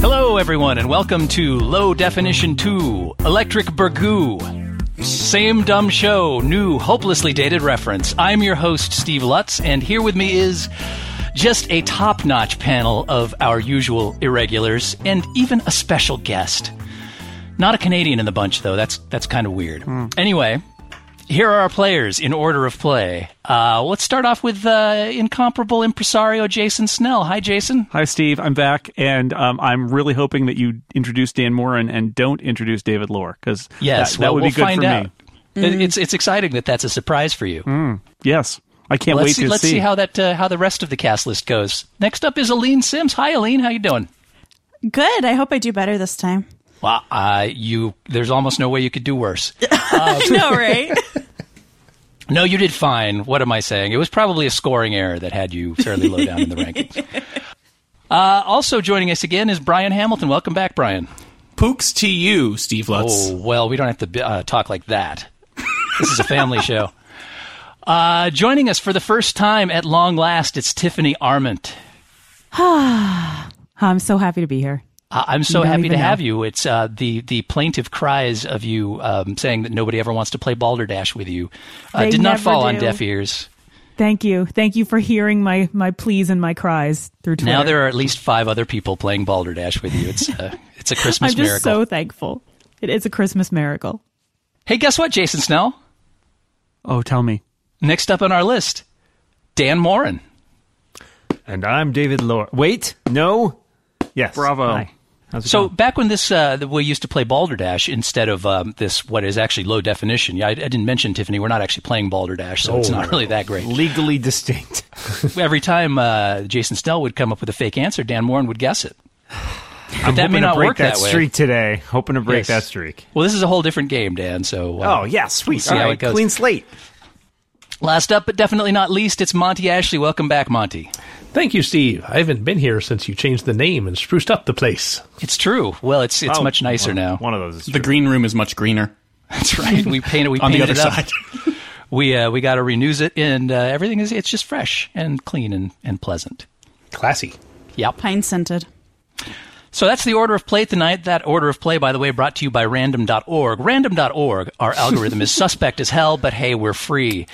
Hello, everyone, and welcome to Low Definition 2 Electric Burgoo. Same dumb show, new, hopelessly dated reference. I'm your host, Steve Lutz, and here with me is just a top notch panel of our usual irregulars and even a special guest. Not a Canadian in the bunch, though. That's, that's kind of weird. Anyway, here are our players in order of play. Uh, let's start off with uh, incomparable impresario Jason Snell. Hi, Jason. Hi, Steve. I'm back, and um, I'm really hoping that you introduce Dan Morin and don't introduce David Lohr because Yes, that, well, would we'll be good find for out. me. It- It's it's exciting that that's a surprise for you. Yes, I can't let's wait see, to let's see. see. how that uh, how the rest of the cast list goes. Next up is Aline Sims. Hi, Aline. How you doing? Good. I hope I do better this time. Well, uh, you there's almost no way you could do worse. I know, right? no, you did fine. What am I saying? It was probably a scoring error that had you fairly low down in the rankings. Uh, also joining us again is Brian Hamilton. Welcome back, Brian. Pooks to you, Steve Lutz. Oh, well, we don't have to uh, talk like that. This is a family show. Uh, joining us for the first time at long last, it's Tiffany Arment. I'm so happy to be here. I- Uh, I'm so Don't happy to even know. have you. It's uh, the the plaintive cries of you um, saying that nobody ever wants to play Balderdash with you uh, They did not never fall on do. deaf ears. Thank you. Thank you for hearing my my pleas and my cries through Twitter. Now there are at least five other people playing Balderdash with you. It's uh, it's a I'm Christmas just miracle. so thankful. It is a Christmas miracle. hey, guess what, Jason Snell? oh, tell me. Next up on our list, Dan Morin. And I'm David Lohr. Wait, no. Yes. Bravo. Hi. How's it So going? back when this uh, we used to play Balderdash instead of um, this what is actually low definition. Yeah, I, I didn't mention Tiffany. We're not actually playing Balderdash, so Oh, it's not really that great. legally distinct. Every time uh, Jason Snell would come up with a fake answer, Dan Morin would guess it. I'm that hoping may to not break work that, that way. streak today. Hoping to break Yes. that streak. Well, this is a whole different game, Dan. So uh, Oh yeah, sweet. see All how right, it goes. clean slate. last up, but definitely not least, it's Monty Ashley. Welcome back, Monty. Thank you, Steve. I haven't been here since you changed the name and spruced up the place. It's true. Well, it's it's Oh, much nicer one- now. One of those. Is The true. green room is much greener That's right. We painted we on the painted other it up. side. We uh, we got to renews it, and uh, everything is it's just fresh and clean and, and pleasant. Classy. Yep. Pine scented. So that's the order of play tonight. That order of play, by the way, brought to you by random.org. Random.org, our algorithm is suspect as hell, but hey, we're free.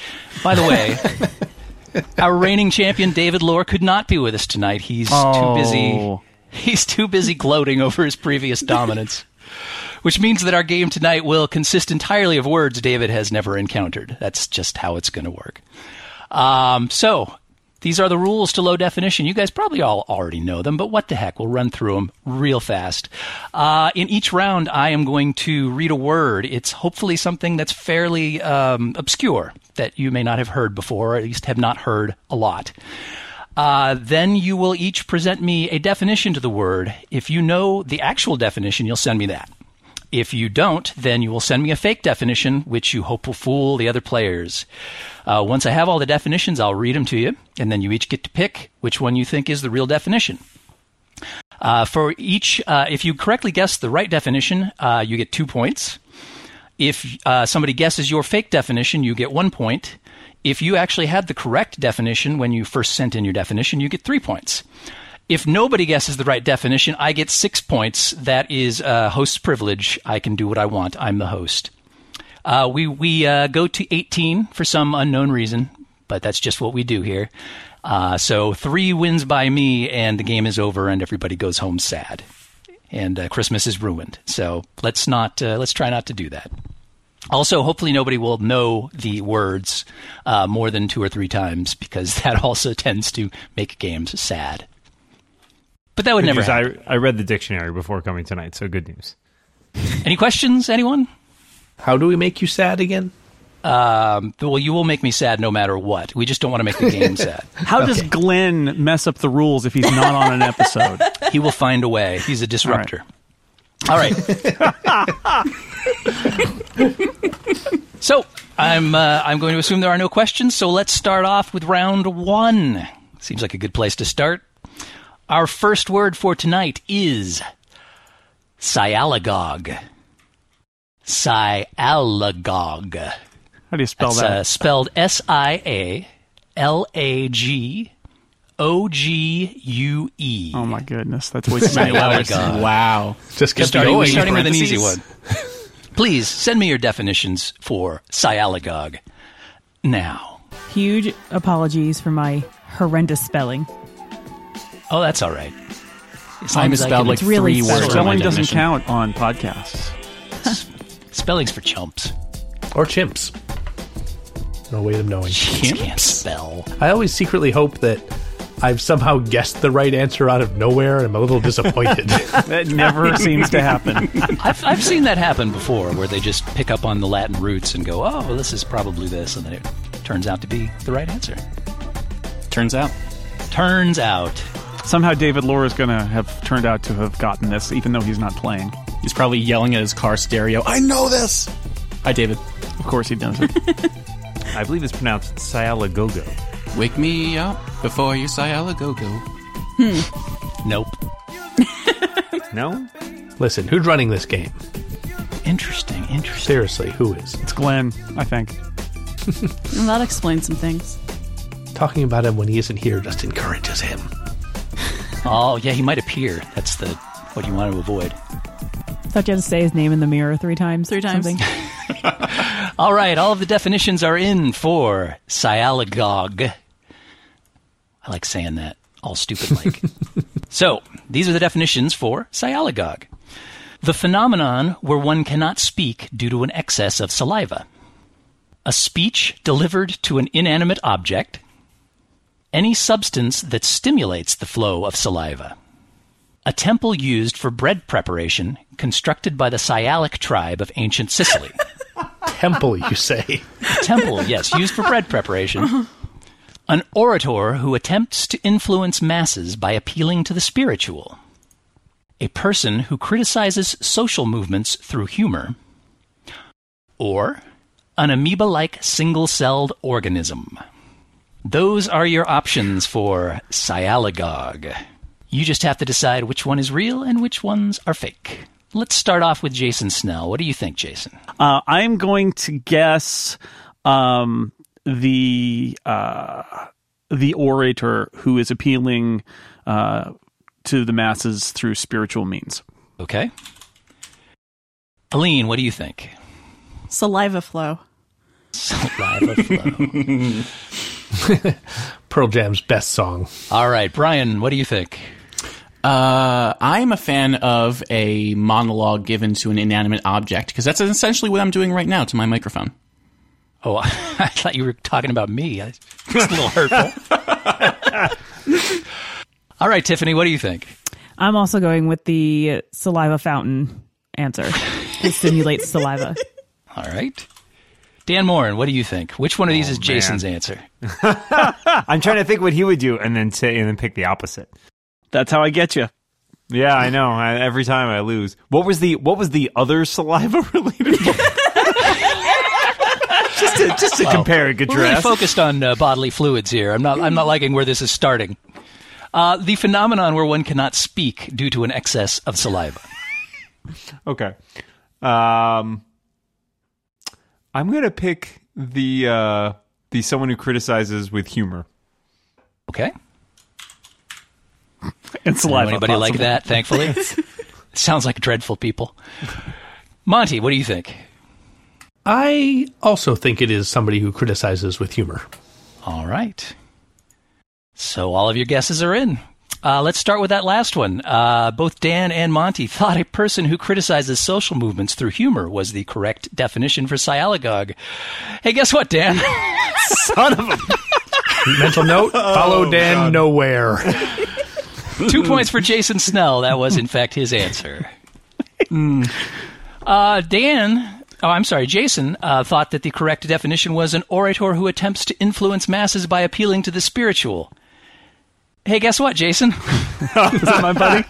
By the way, our reigning champion, David Lohr, could not be with us tonight. He's too busy. Oh. He's too busy gloating over his previous dominance. Which means that our game tonight will consist entirely of words David has never encountered. That's just how it's going to work. Um, so these are the rules to low definition. You guys probably all already know them, but what the heck? We'll run through them real fast. Uh, in each round, I am going to read a word. It's hopefully something that's fairly um, obscure that you may not have heard before, or at least have not heard a lot. Uh, then you will each present me a definition to the word. If you know the actual definition, you'll send me that. If you don't, then you will send me a fake definition, which you hope will fool the other players. Uh, once I have all the definitions, I'll read them to you, and then you each get to pick which one you think is the real definition. Uh, for each, uh, if you correctly guess the right definition, uh, you get two points. If uh, somebody guesses your fake definition, you get one point. If you actually had the correct definition when you first sent in your definition, you get three points. If nobody guesses the right definition, I get six points. That is uh, host's privilege. I can do what I want. I'm the host. Uh, we we uh, go to 18 for some unknown reason, but that's just what we do here. Uh, so three wins by me, and the game is over, and everybody goes home sad, and uh, Christmas is ruined. So let's not uh, let's try not to do that. Also, hopefully nobody will know the words uh, more than two or three times because that also tends to make games sad. But that would Good never news, happen. I, I read the dictionary before coming tonight, so good news. Any questions, anyone? How do we make you sad again? Um, well, you will make me sad no matter what. We just don't want to make the game sad. How does Glenn mess up the rules if he's not on an episode? He will find a way. He's a disruptor. All right. so I'm uh, I'm going to assume there are no questions. So let's start off with round one. Seems like a good place to start. Our first word for tonight is sialagogue. Sialagogue. uh, How do you spell That's, that? Uh, spelled S I A L A G O G U E. Oh my goodness, that's way too Sorry. many. Oh my Letters. God. Wow. Just kept starting, going. starting with an easy Parentheses. one. Please send me your definitions for sialagogue now. Huge apologies for my horrendous spelling. Oh, that's all right. As long as I I misspelled can- like It's really three words. subtle. on my Spelling doesn't definition. count on podcasts. spellings for chumps. Or chimps. No way of knowing. Chimps can't spell. I always secretly hope that I've somehow guessed the right answer out of nowhere and I'm a little disappointed. That never seems to happen. I've, I've seen that happen before, where they just pick up on the Latin roots and go, "Oh, this is probably this," and then it turns out to be the right answer. Turns out. Turns out, Somehow David Lore is going to have turned out to have gotten this, even though he's not playing. He's probably yelling at his car stereo. I know this. Hi, David. Of course he doesn't. I believe it's pronounced Sialagogo. Wake me up before you Sayala go go. nope. No? Listen, who's running this game? Interesting, interesting. Seriously, who is? It's Glenn, I think. Well, that explains some things. Talking about him when he isn't here just encourages him. Oh, yeah, he might appear. That's the what you want to avoid. Thought you had to say his name in the mirror three times. Three times. something. All right, all of the definitions are in for sialagogue. I like saying that, all stupid like. so, these are the definitions for sialagogue the phenomenon where one cannot speak due to an excess of saliva, a speech delivered to an inanimate object, any substance that stimulates the flow of saliva. A temple used for bread preparation constructed by the Sialic tribe of ancient Sicily Temple, you say? temple, yes, used for bread preparation. An orator who attempts to influence masses by appealing to the spiritual. A person who criticizes social movements through humor. Or an amoeba like single celled organism. Those are your options for sialagogue. You just have to decide which one is real and which ones are fake. Let's start off with Jason Snell. What do you think, Jason? Uh, I'm going to guess um, the uh, the orator who is appealing uh, to the masses through spiritual means. Okay. Aline, what do you think? Saliva flow. Saliva flow. Pearl Jam's best song. All right, Brian, what do you think? Uh, I'm a fan of a monologue given to an inanimate object because that's essentially what I'm doing right now to my microphone. Oh, I thought you were talking about me. I- It's a little hurtful. All right, Tiffany, what do you think? I'm also going with the saliva fountain answer. It stimulates saliva. All right. Dan Morin, what do you think? Which one of these is Jason's answer? I'm trying to think what he would do and then say and then pick the opposite. That's how I get you. Yeah, I know. I, every time I lose. What was the what was the other saliva related? one? just to just to compare and We're really contrast. focused on uh, bodily fluids here. I'm not. I'm not liking where this is starting. Uh, the phenomenon where one cannot speak due to an excess of saliva. okay. Um I'm going to pick the uh the someone who criticizes with humor. Okay. It's Know live. anybody like that? Thankfully, sounds like dreadful people. Monty, what do you think? I also think it is somebody who criticizes with humor. All right. So all of your guesses are in. Uh, let's start with that last one. Uh, both Dan and Monty thought a person who criticizes social movements through humor was the correct definition for sialagogue. Hey, guess what, Dan? Son of a Mental note: follow Dan nowhere. Two points for Jason Snell. That was, in fact, his answer. Mm. Uh, Dan, oh, I'm sorry, Jason uh, thought that the correct definition was an orator who attempts to influence masses by appealing to the spiritual. Hey, guess what, Jason? Is that my buddy?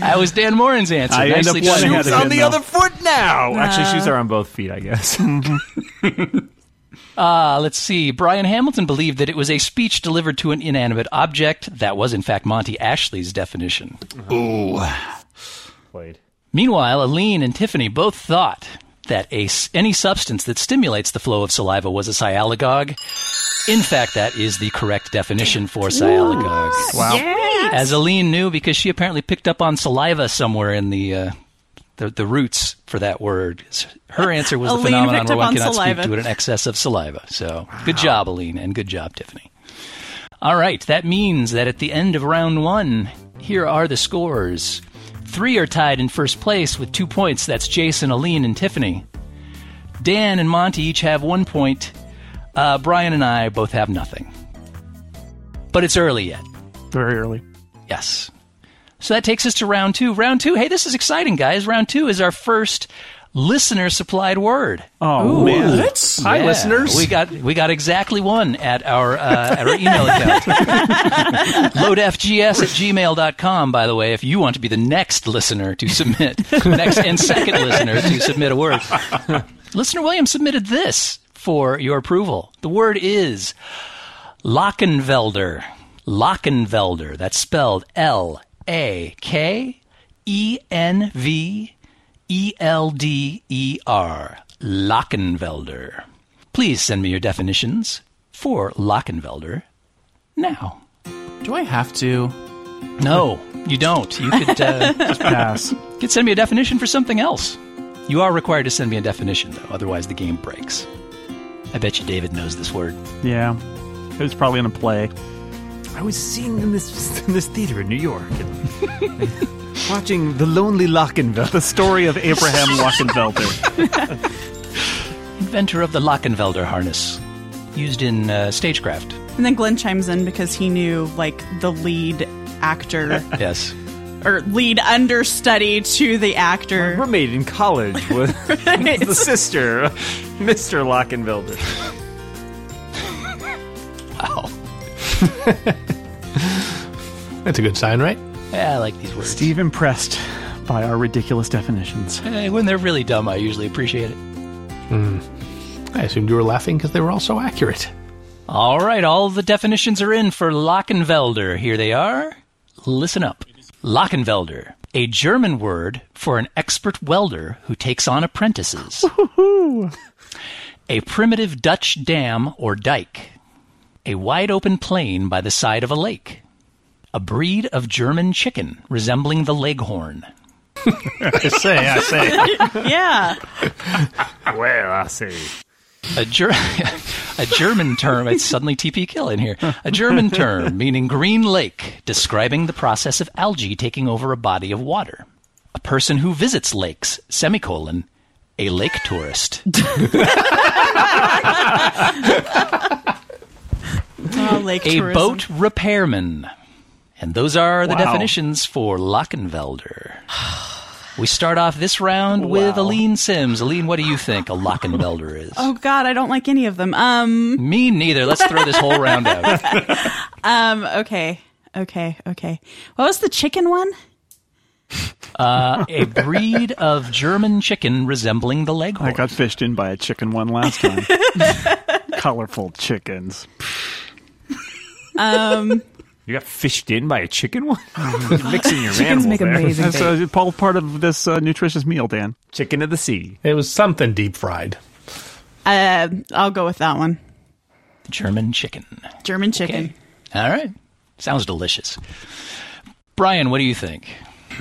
That was Dan Morin's answer. I end up Nicely one done. ahead again, though. Uh, foot now. Actually, shoes are on both feet, I guess. Uh, let's see. Brian Hamilton believed that it was a speech delivered to an inanimate object. That was, in fact, Monty Ashley's definition. Played. Meanwhile, Aline and Tiffany both thought that a, s- any substance that stimulates the flow of saliva was a sialagogue. In fact, that is the correct definition for sialagogue. Wow. As Aline knew because she apparently picked up on saliva somewhere in the uh, the, the roots for that word. Her answer was the Aline phenomenon picked where up one on cannot saliva. speak to an excess of saliva. So good job, Aline, and good job, Tiffany. All right, that means that at the end of round one, here are the scores. Three are tied in first place with two points. That's Jason, Aline, and Tiffany. Dan and Monty each have one point. Uh, Brian and I both have nothing. But it's early yet. Very early. Yes. So that takes us to round two. Round two. Hey, this is exciting, guys. Round two is our first listener supplied word. Oh man. What? Hi, Yeah. listeners. We got we got exactly one at our uh, at our email account. Loadfgs at gmail.com, by the way, if you want to be the next listener to submit, next and second listener to submit a word. listener Williams submitted this for your approval. The word is Lochenvelder. Lochenvelder. That's spelled L A K E N V E L D E R. Lochenvelder. Please send me your definitions for Lochenvelder now. Do I have to? No, you don't. You could, uh, Pass. could send me a definition for something else. You are required to send me a definition, though, otherwise the game breaks. I bet you David knows this word. Yeah. It was probably in a play. I was seen in this in this theater in New York, and, watching The Lonely Lochinville. The story of Abraham Lochenfelder. Inventor of the Lochenvelder harness, used in uh, stagecraft. And then Glenn chimes in because he knew like the lead actor Yes. or lead understudy to the actor. Roommate in college was the sister, of Mr. Lochinville. Wow. That's a good sign, right? Yeah, I like these words. Steve impressed by our ridiculous definitions. Eh, when they're really dumb, I usually appreciate it. I assumed you were laughing because they were all so accurate. All right, all the definitions are in for Lochenvelder. Here they are. Listen up. Lochenvelder, a German word for an expert welder who takes on apprentices. a primitive Dutch dam or dike. A wide open plain by the side of a lake. A breed of German chicken resembling the leghorn. I say, I say. Yeah. Well, I see. a, ger- a German term. It's suddenly TP Kill in here. A German term meaning green lake, describing the process of algae taking over a body of water. A person who visits lakes, semicolon, a lake tourist. Oh, lake a tourism. boat repairman. And those are the Wow. definitions for Lochenvelder. We start off this round with Aline Sims. Aline, what do you think a Lochenvelder is? Oh God, I don't like any of them. Um. Me neither. Let's throw this whole round out. Um. Okay. Okay. Okay. What was the chicken one? A breed of German chicken resembling the leghorn. I got fished in by a chicken one last time. Colorful chickens. You got fished in by a chicken one? Oh, You're mixing your Chickens animals make there. amazing That's bacon. uh, all part of this uh, nutritious meal, Dan. Chicken of the sea. It was something deep fried. Uh. I'll go with that one. German chicken. German chicken. All right. Sounds delicious. Brian, what do you think?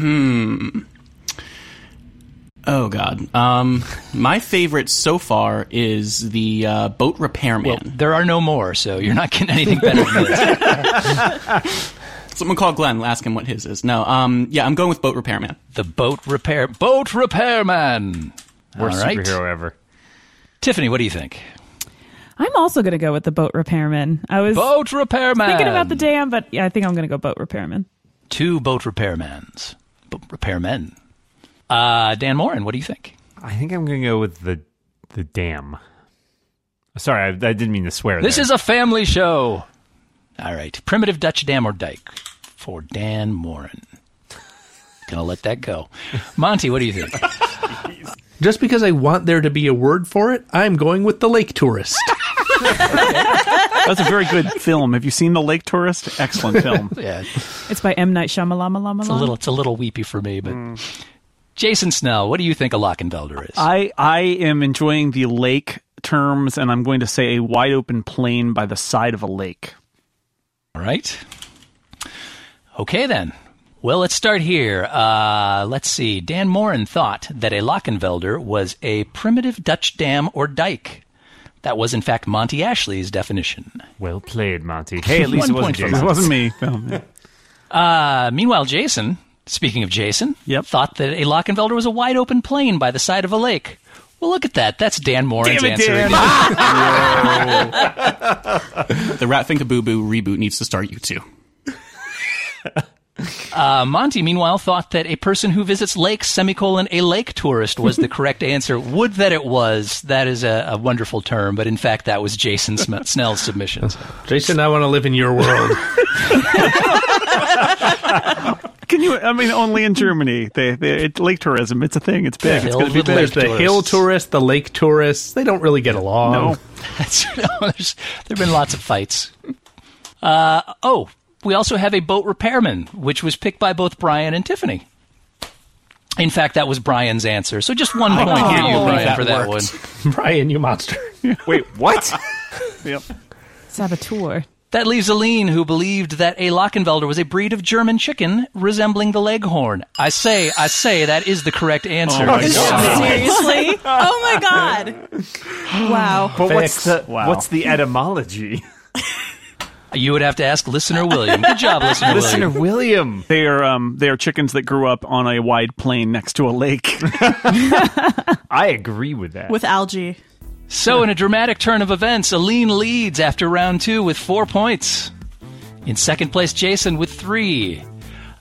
Oh God. Um, my favorite so far is the uh, boat repairman. There are no more, so you're not getting anything better than this. Someone call Glenn. Ask him what his is. No. Um. Yeah, I'm going with boat repairman. the boat repair boat repairman. Worst All right. superhero ever. Tiffany, what do you think? I'm also going to go with the boat repairman. I was Boat repairman. thinking about the dam, but yeah, I think I'm going to go boat repairman. two boat repairmans. Boat repairmen. Uh, Dan Morin, what do you think? I think I'm going to go with the the dam. Sorry, I, I didn't mean to swear. This there. is a family show. All right. Primitive Dutch dam or dike for Dan Morin. Gonna let that go. Monty, what do you think? Just because I want there to be a word for it, I'm going with the lake tourist. That's a very good film. Have you seen The Lake Tourist? Excellent film. yeah. It's by M. Night Shyamalan. It's a little, it's a little weepy for me, but Jason Snell, what do you think a Lochenfelder is? I I am enjoying the lake terms, and I'm going to say a wide open plain by the side of a lake. All right. Okay, then. Well, let's start here. Uh, let's see. Dan Morin thought that a Lochenvelder was a primitive Dutch dam or dike. That was, in fact, Monty Ashley's definition. Well played, Monty. Hey, at least it One wasn't point for Jason. That wasn't me. Oh, yeah. Uh, meanwhile, Jason, speaking of Jason, Yep. thought that a Lochenfelder was a wide open plain by the side of a lake. Well, look at that. That's Dan Morin's Damn it, answer. Dan. again. The Ratfinka Boo Boo reboot needs to start you too. Uh, Monty, meanwhile, thought that a person who visits lakes, semicolon, a lake tourist was the correct answer. Would that it was. That is a, a wonderful term, but in fact, that was Jason Sm- Snell's submission. Jason, I want to live in your world. Can you? I mean, only in Germany. They, they it, lake tourism. It's a thing. It's big. It's Filled going to be with big. lake There's the hill tourists. tourists, the lake tourists. They don't really get along. No. That's, there's, there have been lots of fights. Uh, oh, we also have a boat repairman, which was picked by both Brian and Tiffany. In fact, that was Brian's answer. So just one point for you, Brian, that for that worked. one. Brian, you monster. Wait, what? Saboteur. That leaves Aline, who believed that a Lochenfelder was a breed of German chicken resembling the Leghorn. I say, I say, that is the correct Oh, answer. Seriously? oh my god! Wow. But what's the Fixed. Wow. what's the etymology? you would have to ask listener William. Good job, listener William. Listener William. They are um they are chickens that grew up on a wide plain next to a lake. I agree with that. With algae. So, in a dramatic turn of events, Aline leads after round two with four points. In second place, Jason with three.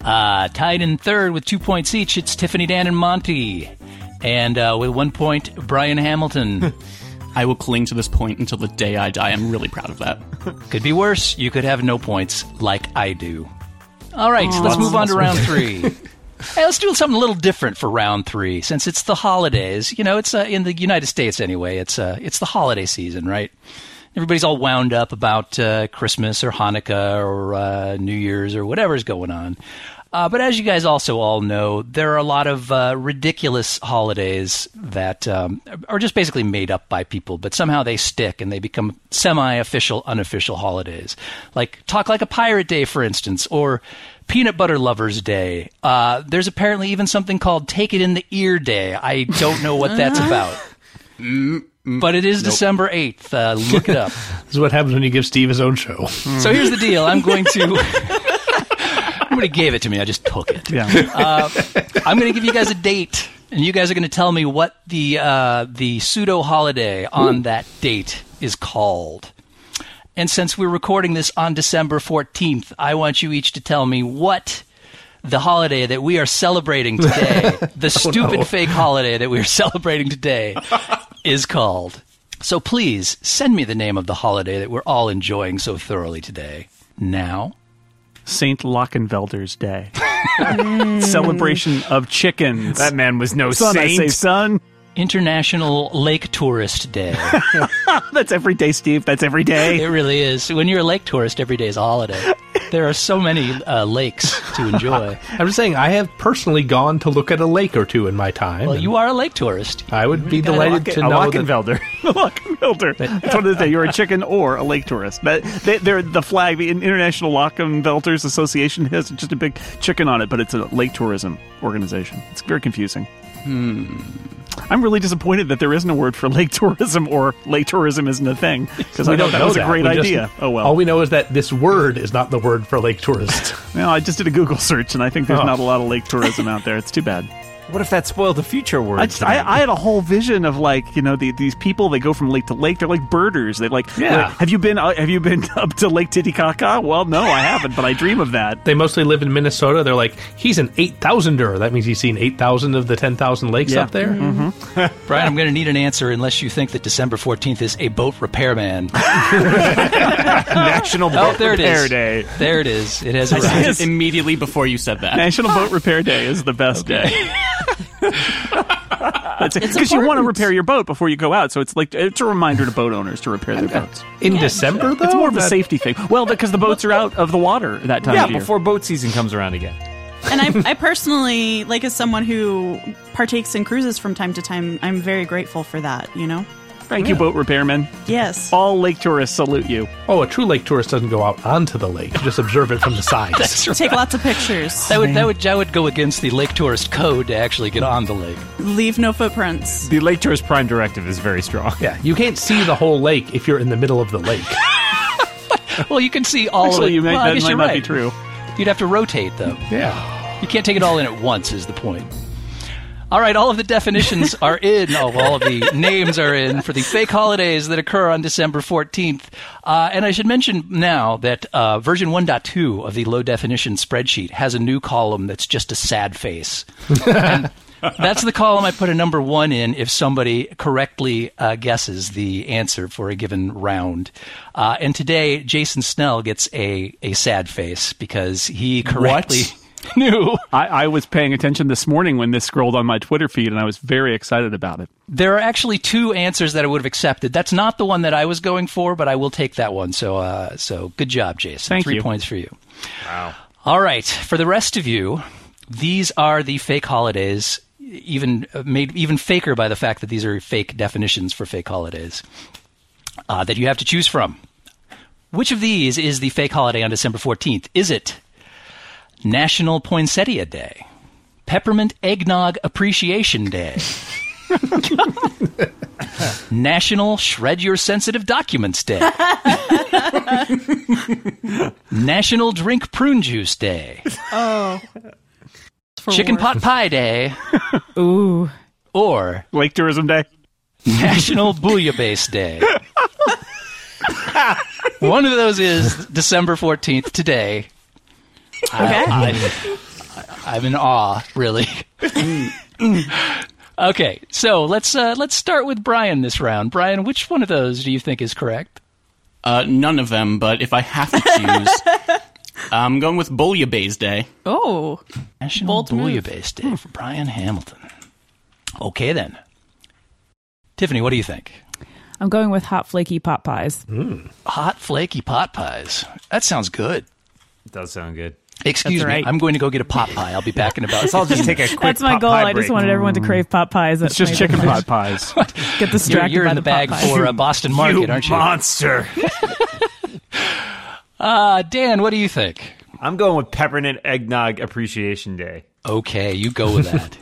Uh, tied in third with two points each, it's Tiffany, Dan, and Monty. And uh, with one point, Brian Hamilton. I will cling to this point until the day I die. I'm really proud of that. could be worse. You could have no points, like I do. All right, let's move on to round three. hey, let's do something a little different for round three, since it's the holidays. You know, it's uh, in the United States anyway. It's uh, it's the holiday season, right? Everybody's all wound up about uh, Christmas or Hanukkah or uh, New Year's or whatever's going on. Uh, but as you guys also all know, there are a lot of uh, ridiculous holidays that um, are just basically made up by people, but somehow they stick and they become semi official, unofficial holidays. Like Talk Like a Pirate Day, for instance, or Peanut Butter Lovers Day. Uh, there's apparently even something called Take It in the Ear Day. I don't know what that's about. But it is December 8th. Uh, look it up. This is what happens when you give Steve his own show. So here's the deal. I'm going to. Nobody gave it to me. I just took it. yeah. I'm going to give you guys a date, and you guys are going to tell me what the uh, the pseudo holiday on that date is called. And since we're recording this on December 14th, I want you each to tell me what the holiday that we are celebrating today, the stupid fake holiday that we are celebrating today, is called. So please send me the name of the holiday that we're all enjoying so thoroughly today. Now. Saint Lochenfelder's Day. Mm. Celebration of chickens. That man was no son, I say saint. son. International Lake Tourist Day. That's every day, Steve. That's every day. It really is. When you're a lake tourist, every day is a holiday. There are so many uh, lakes to enjoy. I'm just saying, I have personally gone to look at a lake or two in my time. Well, and you are a lake tourist. I would be gotta delighted to a know that Lochenfelder. Lochenfelder. That's what it is. that You're a chicken or a lake tourist. That they, they're the flag. The International Lochenfelders Association has just a big chicken on it, but it's a lake tourism organization. It's very confusing. Hmm. I'm really disappointed that there isn't a word for lake tourism or lake tourism isn't a thing because I we thought that don't know was that. a great We just- idea. oh well. All we know is that this word is not the word for lake tourist. No, I just did a Google search and I think there's Oh. not a lot of lake tourism out there. It's too bad. What if that spoiled the future word? I, just, I, I had a whole vision of like you know the, these people they go from lake to lake they're like birders they like Yeah. have you been uh, have you been up to Lake Titicaca well no I haven't but I dream of that they mostly live in Minnesota. They're like, he's an 8,000er. That means he's seen 8,000 of the 10,000 lakes Yeah. up there. Brian, I'm going to need an answer unless you think that December 14th is a boat repairman. National Oh, there it Repair is. Day. There it is. It has I arrived. just immediately before you said that. National Boat Repair Day is the best day because you want to important. repair your boat before you go out so it's like it's a reminder to boat owners to repair their boats In December, though? it's Oh, more of a That- safety thing well because the boats are out of the water that time Yeah, of year before boat season comes around again. and I, I personally, like, as someone who partakes in cruises from time to time, I'm very grateful for that. You know. Thank you, boat repairmen. Yes. All lake tourists salute you. Oh, a true lake tourist doesn't go out onto the lake; you just observe it from the sides. Take lots of pictures. That would that would that would go against the lake tourist code to actually get on the lake. Leave no footprints. The Lake Tourist Prime Directive is very strong. yeah, you can't see the whole lake if you're in the middle of the lake. Well, you can see all of Actually, it. you may, well, I that guess might you're not right. be true. You'd have to rotate though. Yeah. You can't take it all in at once, is the point. All right, all of the definitions are in. Oh, all of the names are in for the fake holidays that occur on December 14th. Uh, and I should mention now that uh, version 1.2 of the low definition spreadsheet has a new column that's just a sad face. And that's the column I put a number one in if somebody correctly uh, guesses the answer for a given round. Uh, and today, Jason Snell gets a, a sad face because he correctly knew. I, I was paying attention this morning when this scrolled on my Twitter feed, and I was very excited about it. There are actually two answers that I would have accepted. That's not the one that I was going for, but I will take that one. So, uh, so good job, Jason. Thank Three you. points for you. Wow. All right. For the rest of you, these are the fake holidays, even uh, made even faker by the fact that these are fake definitions for fake holidays uh, that you have to choose from. Which of these is the fake holiday on December 14th? Is it National Poinsettia Day, Peppermint Eggnog Appreciation Day? National Shred Your Sensitive Documents Day. National Drink Prune Juice Day. Oh. For Chicken war. Pot Pie Day. Ooh. Or Lake Tourism Day. National Bouillabaisse Day. One of those is December 14th today. Okay. I'm in awe, really. okay, so let's uh, let's start with Brian this round. Brian, which one of those do you think is correct? Uh, none of them, but if I have to choose, I'm going with Bouillabaisse Day. oh. National Bold move. Bouillabaisse Day for Brian Hamilton. Okay, then. Tiffany, what do you think? I'm going with hot flaky pot pies. Hot flaky pot pies. That sounds good. Does sound good. Excuse That's me. right. I'm going to go get a pot pie. I'll be back in about. Let's all just take a quick That's my pop goal. pie I just break. wanted everyone Mm. to crave pot pies. That's It's just my chicken goal. pot pies. Get You're, distracted you're by in the, bag pot pies. for uh, Boston Market, You aren't you? monster. Uh, Dan, what do you think? I'm going with Peppermint Eggnog Appreciation Day. Okay, you go with that.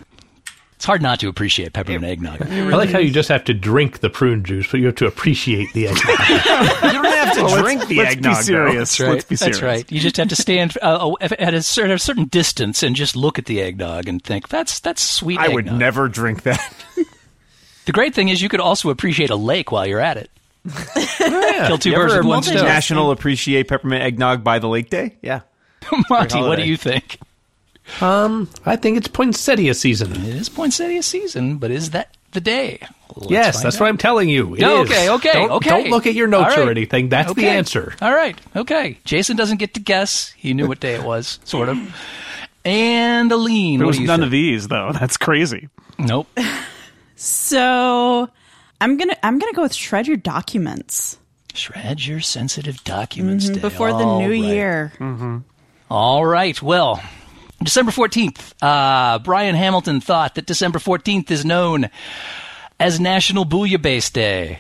it's hard not to appreciate peppermint eggnog. I like how you just have to drink the prune juice, but you have to appreciate the egg. You don't have to drink the Let's eggnog. be though. serious. Let's be serious. That's right. You just have to stand uh, uh, at a certain, a certain distance and just look at the eggnog and think that's that's sweet. I would eggnog." never drink that. The great thing is you could also appreciate a lake while you're at it. Kill two You birds ever with one multi- stone. National Appreciate Peppermint Eggnog by the Lake Day? Yeah. Monty, what do holiday. you think? um, I think it's poinsettia season. It is poinsettia season, but is that the day? Let's yes, find that's out. what I'm telling you. It No, is. okay, okay, Don't- okay. Don't look at your notes All right. or anything. That's the Okay. answer. All right. Okay. Jason doesn't get to guess. He knew what day it was, sort of. And Aline, There what was do you none think? of these, though. That's crazy. Nope. So I'm gonna I'm gonna go with shred your documents Shred your sensitive documents day. Mm-hmm, before All the new right. year. All right. Well, December 14th, uh, Brian Hamilton thought that December 14th is known as National Bouillabaisse Day.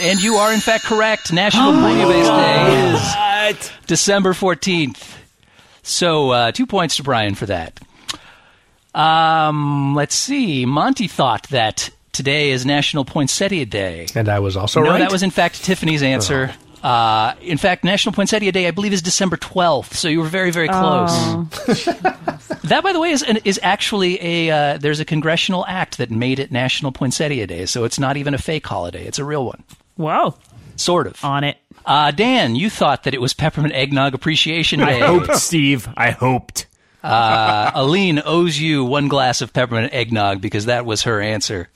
And you are, in fact, correct. National Bouillabaisse Day is December 14th. So, uh, two points to Brian for that. Um, let's see. Monty thought that today is National Poinsettia Day. And I was also No, right. that was in fact Tiffany's answer. Uh, in fact, National Poinsettia Day, I believe, is December twelfth. So you were very, very close. Oh. That, by the way, is an, is actually a uh, there's a congressional act that made it National Poinsettia Day. So it's not even a fake holiday; it's a real one, Whoa. sort of. On it. Uh, Dan, you thought that it was Peppermint Eggnog Appreciation Day. hoped, Steve. I hoped. Uh, Aline owes you one glass of peppermint eggnog because that was her answer.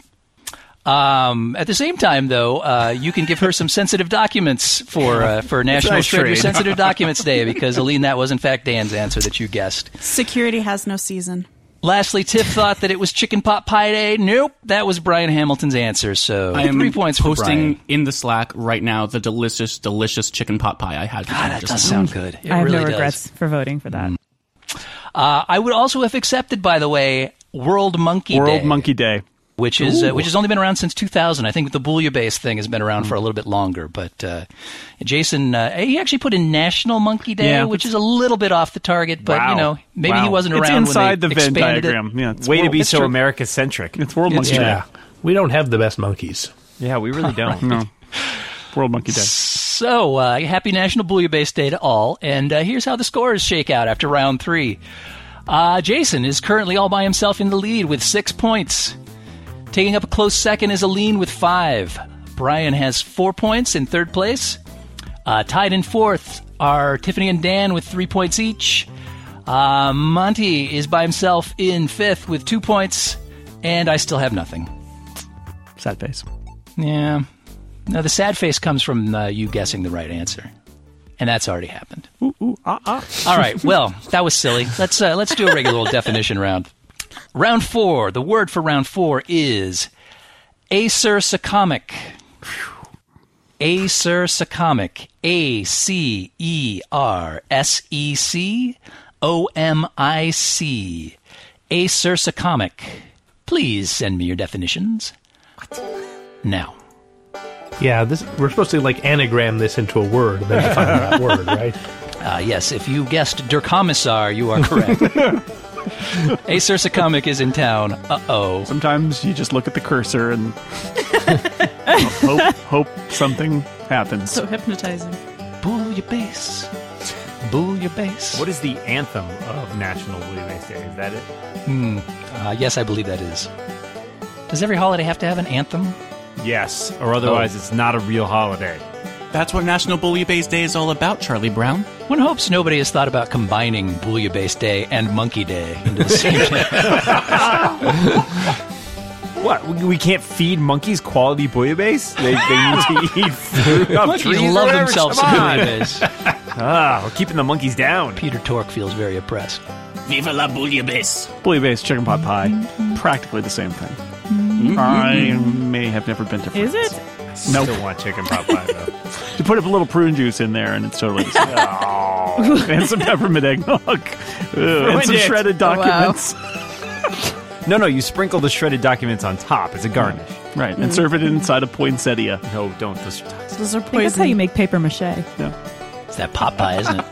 Um, at the same time, though, uh, you can give her some sensitive documents for uh, for National nice Shred Your trade. Sensitive Documents Day because Aline, that was in fact Dan's answer that you guessed. Security has no season. Lastly, Tiff thought that it was Chicken Pot Pie Day. Nope, that was Brian Hamilton's answer. So I am three points for posting Brian. in the Slack right now the delicious, delicious chicken pot pie I had. for dinner Ah, That just does now. sound good. It I have really no does. regrets for voting for that. Uh, I would also have accepted, by the way, World Monkey World Day, Monkey Day. which is uh, which has only been around since 2000. I think the bouillabaisse thing has been around for a little bit longer. But uh, Jason, uh, he actually put in National Monkey Day, Yeah. which is a little bit off the target. But you Wow. know, maybe he Wow. wasn't It's around when inside the they Venn expanded it. diagram. Yeah, it's Way to World- be it's so true. America centric. It's World Monkey Day. Yeah. We don't have the best monkeys. Yeah, we really don't. No, World Monkey Day. So, uh, happy National Bouillabaisse Day to all. And uh, here's how the scores shake out after round three. Uh, Jason is currently all by himself in the lead with six points. Taking up a close second is Aline with five. Brian has four points in third place. Uh, tied in fourth are Tiffany and Dan with three points each. Uh, Monty is by himself in fifth with two points. And I still have nothing. Sad face. Yeah. No, the sad face comes from uh, you guessing the right answer, and that's already happened. All right. Well, that was silly. Let's uh, let's do a regular old definition round. Round four. The word for round four is acersocomic. Acersocomic. A C E R S E C O M I C. Acersocomic. Please send me your definitions. What? Now. Yeah, this we're supposed to like anagram this into a word and then define that word, right? Uh, yes, if you guessed Der Kommissar, you are correct. A Comic is in town. Uh oh. Sometimes you just look at the cursor and hope, hope something happens. So hypnotizing. Bull your base. Bull your base. What is the anthem of National Bluegrass Day? Is that it? Uh, yes, I believe that is. Does every holiday have to have an anthem? Yes, Oh. or otherwise it's not a real holiday. That's what National Bouillabaisse Day is all about, Charlie Brown. One hopes nobody has thought about combining Bouillabaisse Day and Monkey Day into the same day. What? We, we can't feed monkeys quality bouillabaisse? They, they need to eat fruit off trees Monkeys or love whatever. themselves Come some on. Bouillabaisse. Ah, we're keeping the monkeys down. Peter Tork feels very oppressed. Viva la Bouillabaisse! Bully based chicken pot pie, practically the same thing. I may have never been to France. Is it? Nope. Still want chicken pot pie though. You put a little prune juice in there, and it's totally the same. and some peppermint eggnog, Ugh, and some it. shredded Oh, wow. documents. no, no, you sprinkle the shredded documents on top. It's a garnish. Right, Mm-hmm. and serve it inside a poinsettia. No, don't. This, Those are I think that's how you poison. make paper mache. It's that pot pie, isn't it?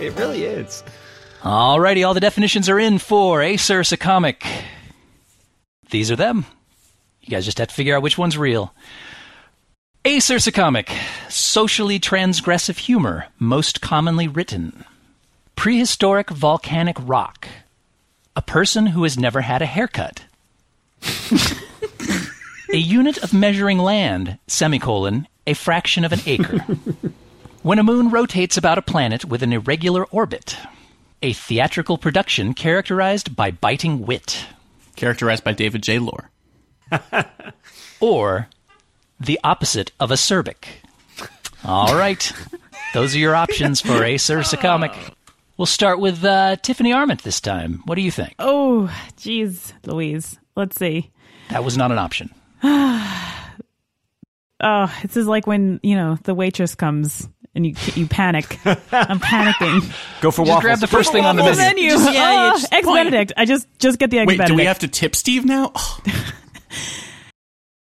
it really is. Alrighty, all the definitions are in for Acer Comic. These are them. You guys just have to figure out which one's real. Acer Comic, socially transgressive humor, most commonly written. Prehistoric volcanic rock. A person who has never had a haircut. a unit of measuring land, semicolon, a fraction of an acre. when a moon rotates about a planet with an irregular orbit a theatrical production characterized by biting wit, Characterized by David J. Lore. or the opposite of acerbic. All right, those are your options for a comic. We'll start with uh, Tiffany Arment this time. What do you think? Oh, geez, Louise. Let's see. That was not an option. Oh, this is like when you know the waitress comes and you you panic. I'm panicking. Go for Just waffles. grab the first thing on the Well, menu. then you, Just- yeah, you oh, just eggs point. Benedict. I just just get the eggs Wait, do Benedict. we have to tip Steve now? Oh,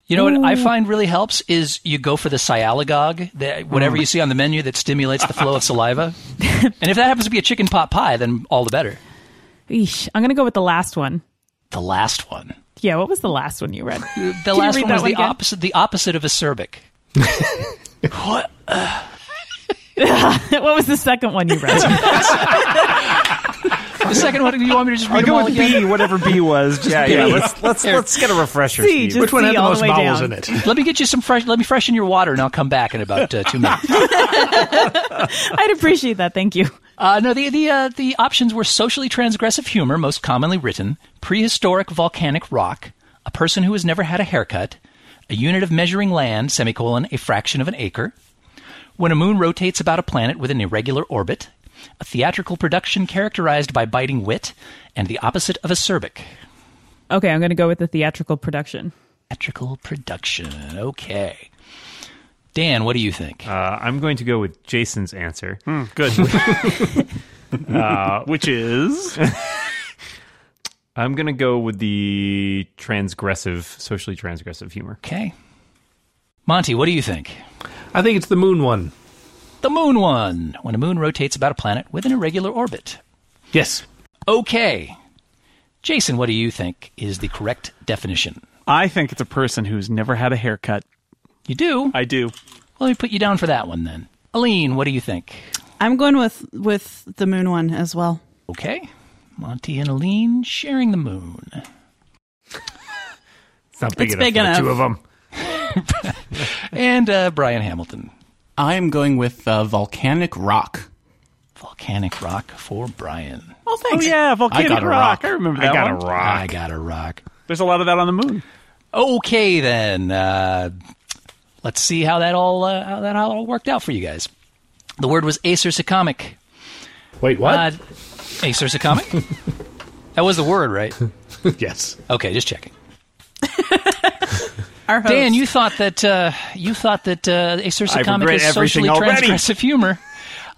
You know what I Ooh. find really helps is you go for the sialagogue, the, whatever Mm. you see on the menu that stimulates the flow of saliva. and if that happens to be a chicken pot pie, then all the better. Eesh, I'm gonna go with the last one. The last one. Yeah, what was the last one you read? The you last read one that was one the again? opposite. The opposite of acerbic. what? what was the second one you read? The second one. Do you want me to just read I'll them go all with again? B, whatever B was. Just yeah, yeah. B. Let's let's let's get a refresher. See, Steve. just- Which one See, had the all most the way vowels down. in it? Let me get you some fresh. Let me freshen your water, and I'll come back in about uh, two minutes. I'd appreciate that. Thank you. Uh, no, the the uh, the options were socially transgressive humor, most commonly written, prehistoric volcanic rock, a person who has never had a haircut, a unit of measuring land semicolon a fraction of an acre, when a moon rotates about a planet with an irregular orbit, a theatrical production characterized by biting wit, and the opposite of acerbic. Okay, I'm gonna go with the theatrical production. theatrical production. Okay. Dan, what do you think? Hmm. Uh, I'm going to go with Jason's answer. Good. uh, which is I'm gonna go with the transgressive, socially transgressive humor. Okay. Monty, what do you think? I think it's the moon one. The moon one, when a moon rotates about a planet with an irregular orbit. Yes. Okay. Jason, what do you think is the correct definition? I think it's a person who's never had a haircut. You do? I do. Let me put you down for that one then. Aline, what do you think? I'm going with with the moon one as well. Okay. Monty and Aline sharing the moon. It's not big It's enough big for the enough. two of them. And uh, Brian Hamilton. I am going with uh, volcanic rock. Volcanic rock for Brian. Oh, Oh thanks. yeah, volcanic I got a rock. I remember that I got one. a rock. I got a rock. There's a lot of that on the moon. Okay then. Uh, let's see how that all uh, how that all worked out for you guys. The word was acersicomic. Wait, what? Uh, acersicomic? that was the word, right? yes. Okay, just checking. Our host. Dan, you thought that uh, you thought that uh, I acersicomic regret is socially everything already. transgressive humor,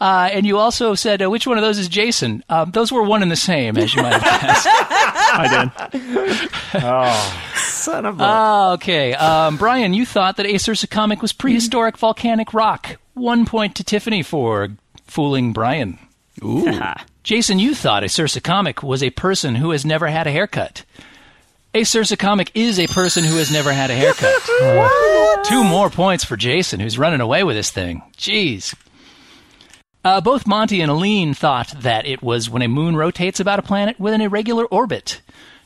uh, and you also said uh, which one of those is Jason? Um, those were one and the same, as you might have guessed. I did. Son Uh, of a. Ah, okay, um, Brian, you thought that acersicomic was prehistoric volcanic rock. One point to Tiffany for fooling Brian. Ooh. Jason, you thought a Cirsicomic was a person who has never had a haircut. A Cirsicomic is a person who has never had a haircut. Two more points for Jason, who's running away with this thing. Jeez. Uh, both Monty and Aline thought that it was when a moon rotates about a planet with an irregular orbit.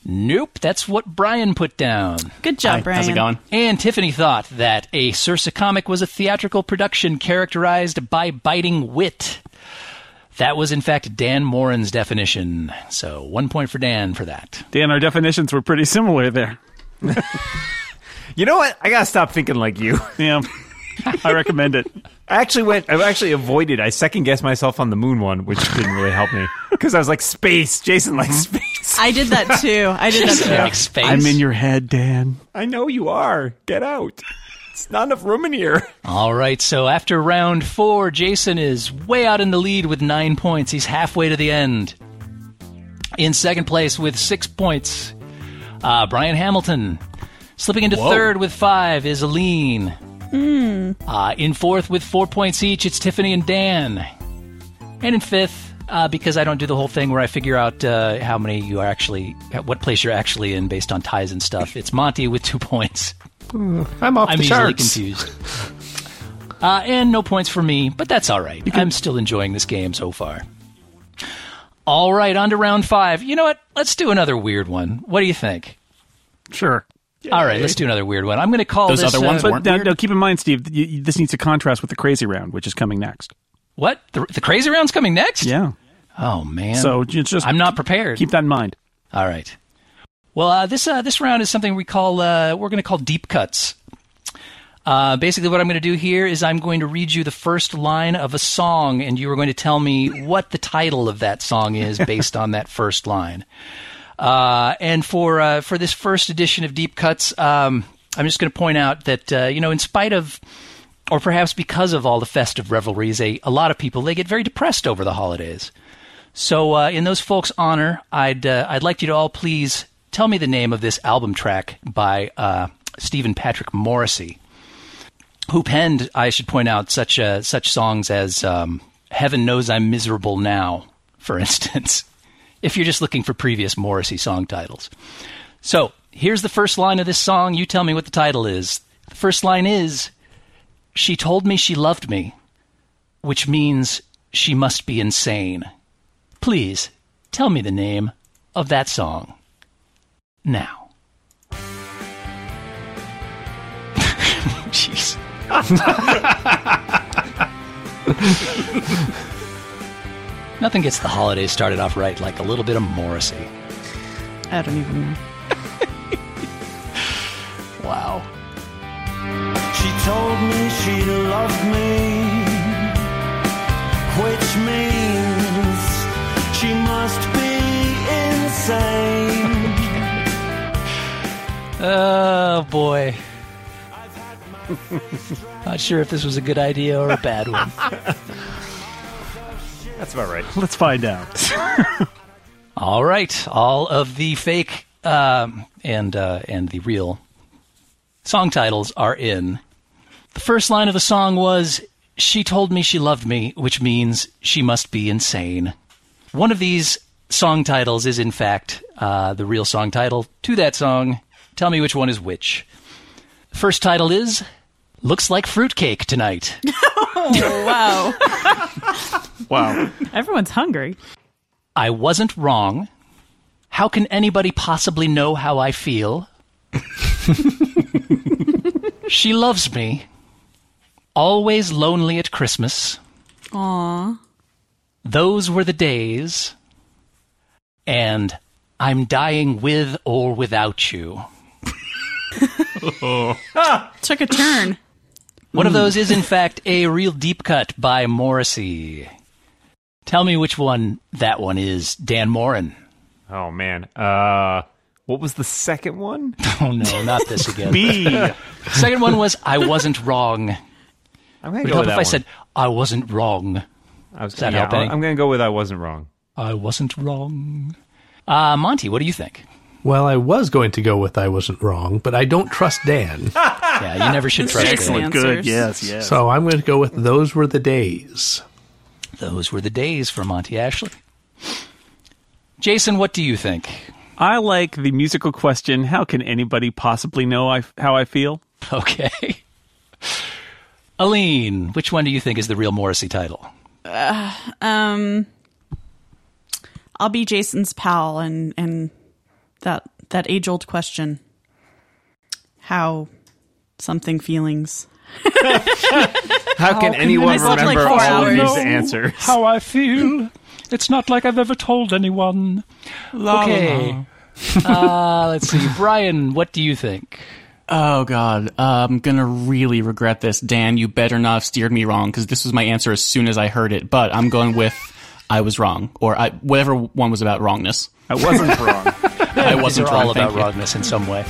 Nope, that's what Brian put down. good job, Brian. How's it going? And Tiffany thought that a Cirsicomic was a theatrical production characterized by biting wit. That was, in fact, Dan Morin's definition. So one point for Dan for that. Dan, our definitions were pretty similar there. You know what? I gotta stop thinking like you. Yeah. I recommend it. I actually went. I actually avoided. I second guessed myself on the moon one, which didn't really help me because I was like space. Jason likes space. I did that too. I did that too. Like space. I'm in your head, Dan. I know you are. Get out. It's not enough room in here. All right, so after round four, Jason is way out in the lead with nine points. He's halfway to the end. In second place with six points, uh, Brian Hamilton. Slipping into third with five is Aline. Uh, in fourth with four points each, it's Tiffany and Dan. And in fifth, uh, because I don't do the whole thing where I figure out uh, how many you are actually, what place you're actually in based on ties and stuff, it's Monty with two points. I'm off I'm the easily charts. confused. Uh, and no points for me, but that's all right. I'm still enjoying this game so far. All right, on to round five. You know what? Let's do another weird one. What do you think? Sure. All right, let's do another weird one. I'm going to call Those this, other uh, ones But Weren't now, weird? now keep in mind, Steve, you, you- this needs to contrast with the crazy round, which is coming next. what the, the crazy round's coming next. Yeah. Oh man. So you just I'm not prepared. keep that in mind. All right. Well, uh, this uh, this round is something we call uh, we're going to call deep cuts. Uh, basically, what I'm going to do here is I'm going to read you the first line of a song, and you are going to tell me what the title of that song is based on that first line. Uh, and for uh, for this first edition of Deep Cuts, um, I'm just going to point out that uh, you know, in spite of or perhaps because of all the festive revelries, a, a lot of people they get very depressed over the holidays. So, uh, in those folks' honor, I'd uh, I'd like you to all please tell me the name of this album track by uh, Stephen Patrick Morrissey, who penned, I should point out, such uh, such songs as um, "Heaven Knows I'm Miserable Now," for instance. if you're just looking for previous Morrissey song titles, so here's the first line of this song. You tell me what the title is. The first line is, "She told me she loved me," which means she must be insane. Please tell me the name of that song now. Jeez. Nothing gets the holidays started off right like a little bit of Morrissey. I don't even know. Wow. She told me she loved me, which means she must be insane. Oh boy. Not sure if this was a good idea or a bad one. That's about right. Let's find out. All right, all of the fake um, and uh, and the real song titles are in. The first line of the song was "She told me she loved me," which means she must be insane. One of these song titles is, in fact, uh, the real song title to that song. Tell me which one is which. First title is "Looks Like Fruitcake Tonight." wow. Wow. Everyone's hungry. I wasn't wrong. How can anybody possibly know how I feel? she loves me. Always lonely at Christmas. Aw. Those were the days. And I'm dying with or without you. Took a turn. One of those is, in fact, a real deep cut by Morrissey. Tell me which one that one is, Dan Morin. Oh man. Uh, what was the second one? Oh no, not this again. B. I'm Second one was I wasn't wrong. gonna Would go help if with that I one. said I wasn't wrong. I was, that yeah, help any? I'm gonna go with I wasn't wrong. I wasn't wrong. Uh, Monty, what do you think? Well, I was going to go with I wasn't wrong, but I don't trust Dan. Yeah, you never should trust Excellent. Dan. Good. Answers. Yes. Yes. So I'm going to go with those were the days. Those were the days for Monty Ashley. Jason, what do you think? I like the musical question. How can anybody possibly know I, how I feel? Okay. Aline, which one do you think is the real Morrissey title? Um, I'll be Jason's pal, and and that that age old question: how something feelings. How can anyone I slept like remember four all of hours. these answers? How I feel. It's not like I've ever told anyone. okay. uh, let's see. Brian, what do you think? Oh God, uh, I'm gonna really regret this, Dan. You better not have steered me wrong because this was my answer as soon as I heard it. But I'm going with I was wrong, or I, whatever one was about wrongness. I wasn't wrong. I wasn't These are wrong. all about thank you. wrongness in some way.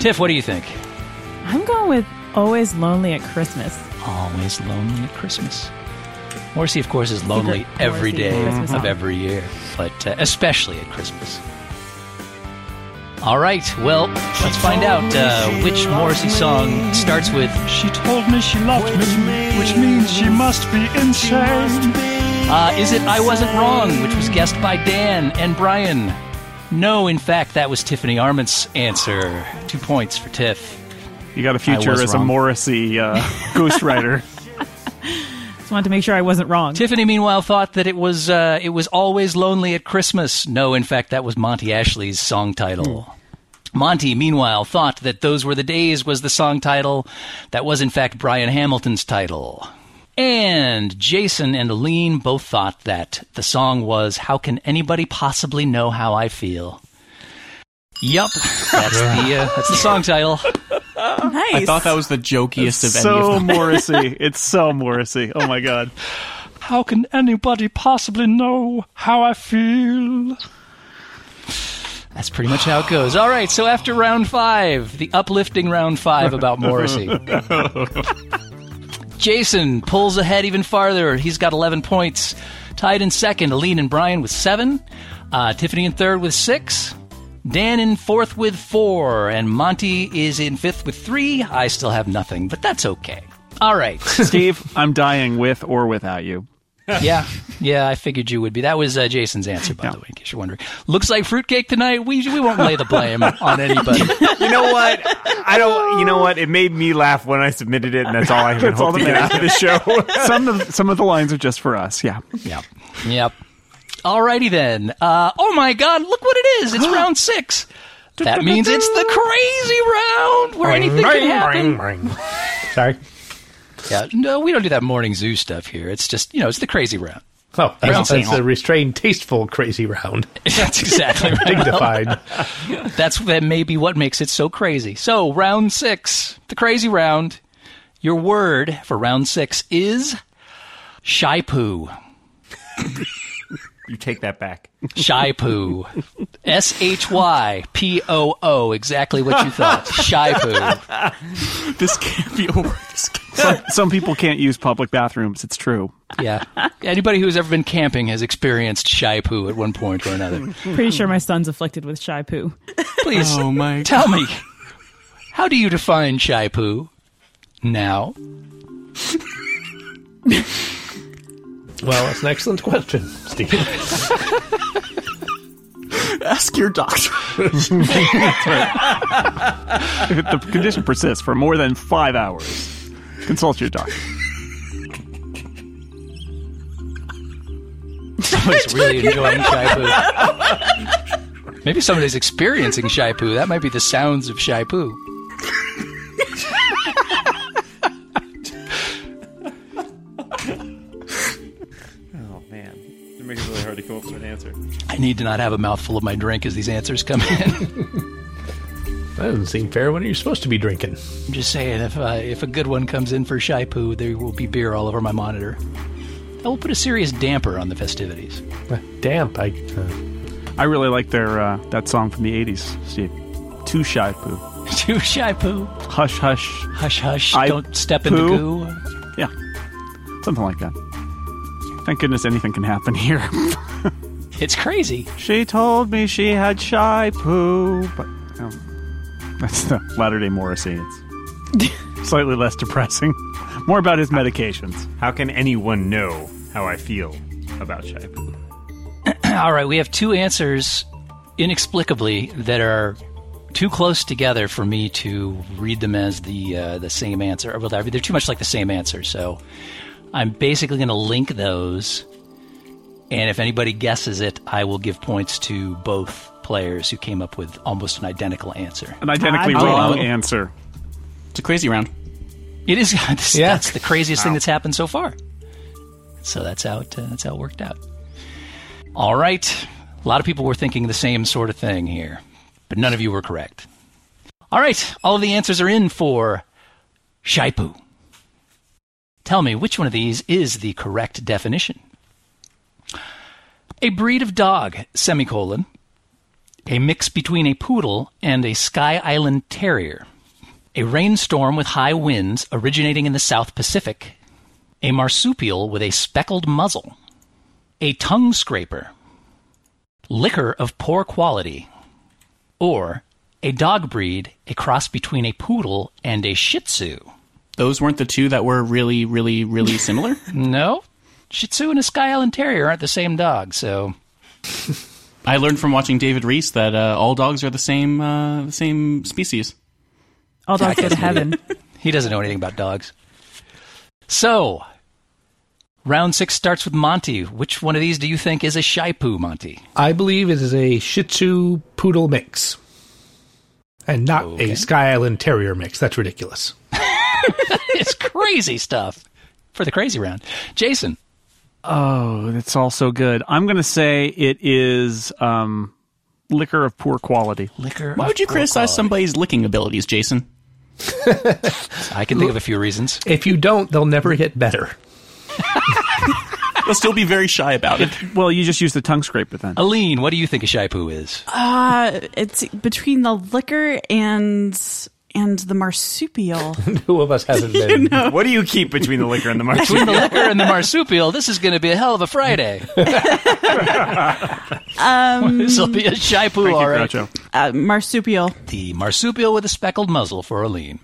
Tiff, what do you think? I'm going with always lonely at Christmas. Always lonely at Christmas. Morrissey, of course, is lonely every Morrissey day Christmas of song. every year, but uh, especially at Christmas. All right, well, let's find out uh, which Morrissey song starts with "She told me she loved me," which means she must be insane. Uh, is it "I wasn't wrong," which was guessed by Dan and Brian? No, in fact, that was Tiffany Arment's answer. Two points for Tiff. You got a future was as a wrong. Morrissey uh, ghostwriter. Just wanted to make sure I wasn't wrong. Tiffany, meanwhile, thought that it was uh, it was always lonely at Christmas. No, in fact, that was Monty Ashley's song title. Monty, meanwhile, thought that "Those Were the Days" was the song title. That was, in fact, Brian Hamilton's title. And Jason and Aline both thought that the song was "How Can Anybody Possibly Know How I Feel." Yup, that's the uh, that's the song title. Nice. I thought that was the jokiest of any of so them. Morrissey. It's so Morrissey. Oh my God. How can anybody possibly know how I feel? That's pretty much how it goes. All right, so after round five, the uplifting round five about Morrissey. Jason pulls ahead even farther. He's got 11 points. Tied in second, Aline and Brian with seven. Uh, Tiffany in third with six. Dan in fourth with four. And Monty is in fifth with three. I still have nothing, but that's okay. All right. Steve, I'm dying with or without you. yeah, yeah, I figured you would be. That was uh, Jason's answer, by the way, in case you're wondering. Looks like fruitcake tonight. We we won't lay the blame on anybody. You know what? I don't. You know what? It made me laugh when I submitted it, and that's all I can all hope that to get out of the show. Some of some of the lines are just for us. Yeah. yep, yep. Alrighty then. Uh, oh my God! Look what it is. It's round six. That means it's the crazy round where anything can happen. Sorry. Yeah, no, we don't do that morning zoo stuff here. It's just you know, it's the crazy round. Oh, that's, Round. that's a restrained, tasteful, crazy round. That's exactly right. Dignified. That's that may be what makes it so crazy. So round six, the crazy round. Your word for round six is shy poo. you take that back. Shy poo. S H Y P O O. Exactly what you thought. Shy poo. This can't be over. This can't- Some, some people can't use public bathrooms. It's true. Yeah. Anybody who's ever been camping has experienced shy poo at one point or another. Pretty sure my son's afflicted with shy poo. Please Oh my! tell me, how do you define shy poo now? Well, that's an excellent question, Steve. Ask your doctor. If the condition persists for more than five hours, consult your doctor. Somebody's really enjoying shy poo. Maybe somebody's experiencing shy poo. That might be the sounds of shy poo. Oh man, you making it really hard to come up with an answer. I need to not have a mouthful of my drink as these answers come in. That doesn't seem fair. What are you supposed to be drinking? I'm just saying, if uh, if a good one comes in for shy poo, there will be beer all over my monitor. That will put a serious damper on the festivities. Uh, Damp. I. Uh, I really like their uh, that song from the '80s, Steve. Too shy poo. Too shy poo. Hush, hush. Hush, hush. I don't step in the poo. goo. Yeah, something like that. Thank goodness anything can happen here. It's crazy. she told me she had shy poo, but um, that's the Latter Day Morrissey. It's slightly less depressing. More about his medications. How can anyone know how I feel about shy poo? All right, we have two answers inexplicably that are too close together for me to read them as the uh, the same answer. Well, they're they're too much like the same answer, so I'm basically going to link those. And if anybody guesses it, I will give points to both players who came up with almost an identical answer. An identically I don't wrong know. answer. It's a crazy round. It is that's, Yeah. that's the craziest thing that's happened so far. So that's how it uh, that's how it worked out. All right, a lot of people were thinking the same sort of thing here, but none of you were correct. All right, all of the answers are in for Shaipu. Tell me which one of these is the correct definition. A breed of dog, semicolon, a mix between a poodle and a Sky Island terrier. A rainstorm with high winds originating in the South Pacific. A marsupial with a speckled muzzle. A tongue scraper. Liquor of poor quality. Or a dog breed, a cross between a poodle and a shih tzu. Those weren't the two that were really, really, really similar. No, shih tzu and a Sky Island Terrier aren't the same dog, so I learned from watching David Reese that uh, all dogs are the same, uh, the same species. All dogs go to heaven. he doesn't know anything about dogs. So, round six starts with Monty. Which one of these do you think is a Shih Tzu, Monty? I believe it is a Shih Tzu poodle mix, and not Okay. a Sky Island Terrier mix. That's ridiculous. it's crazy stuff for the crazy round. Jason, Oh, that's all so good. I'm going to say it is um, liquor of poor quality. liquor. Why of would you poor criticize quality. somebody's licking abilities, Jason? I can think of a few reasons. If you don't, they'll never get better. They'll still be very shy about it. Well, you just used the tongue scraper then. Aline, what do you think a shaipu is? Uh, it's between the liquor and and the marsupial. Who of us hasn't been? What do you keep between the liquor and the marshmallow? Between the liquor and the marsupial, this is going to be a hell of a Friday. um, this will be a shaipu, all right. Groucho. Uh, marsupial. The marsupial with a speckled muzzle for Aline.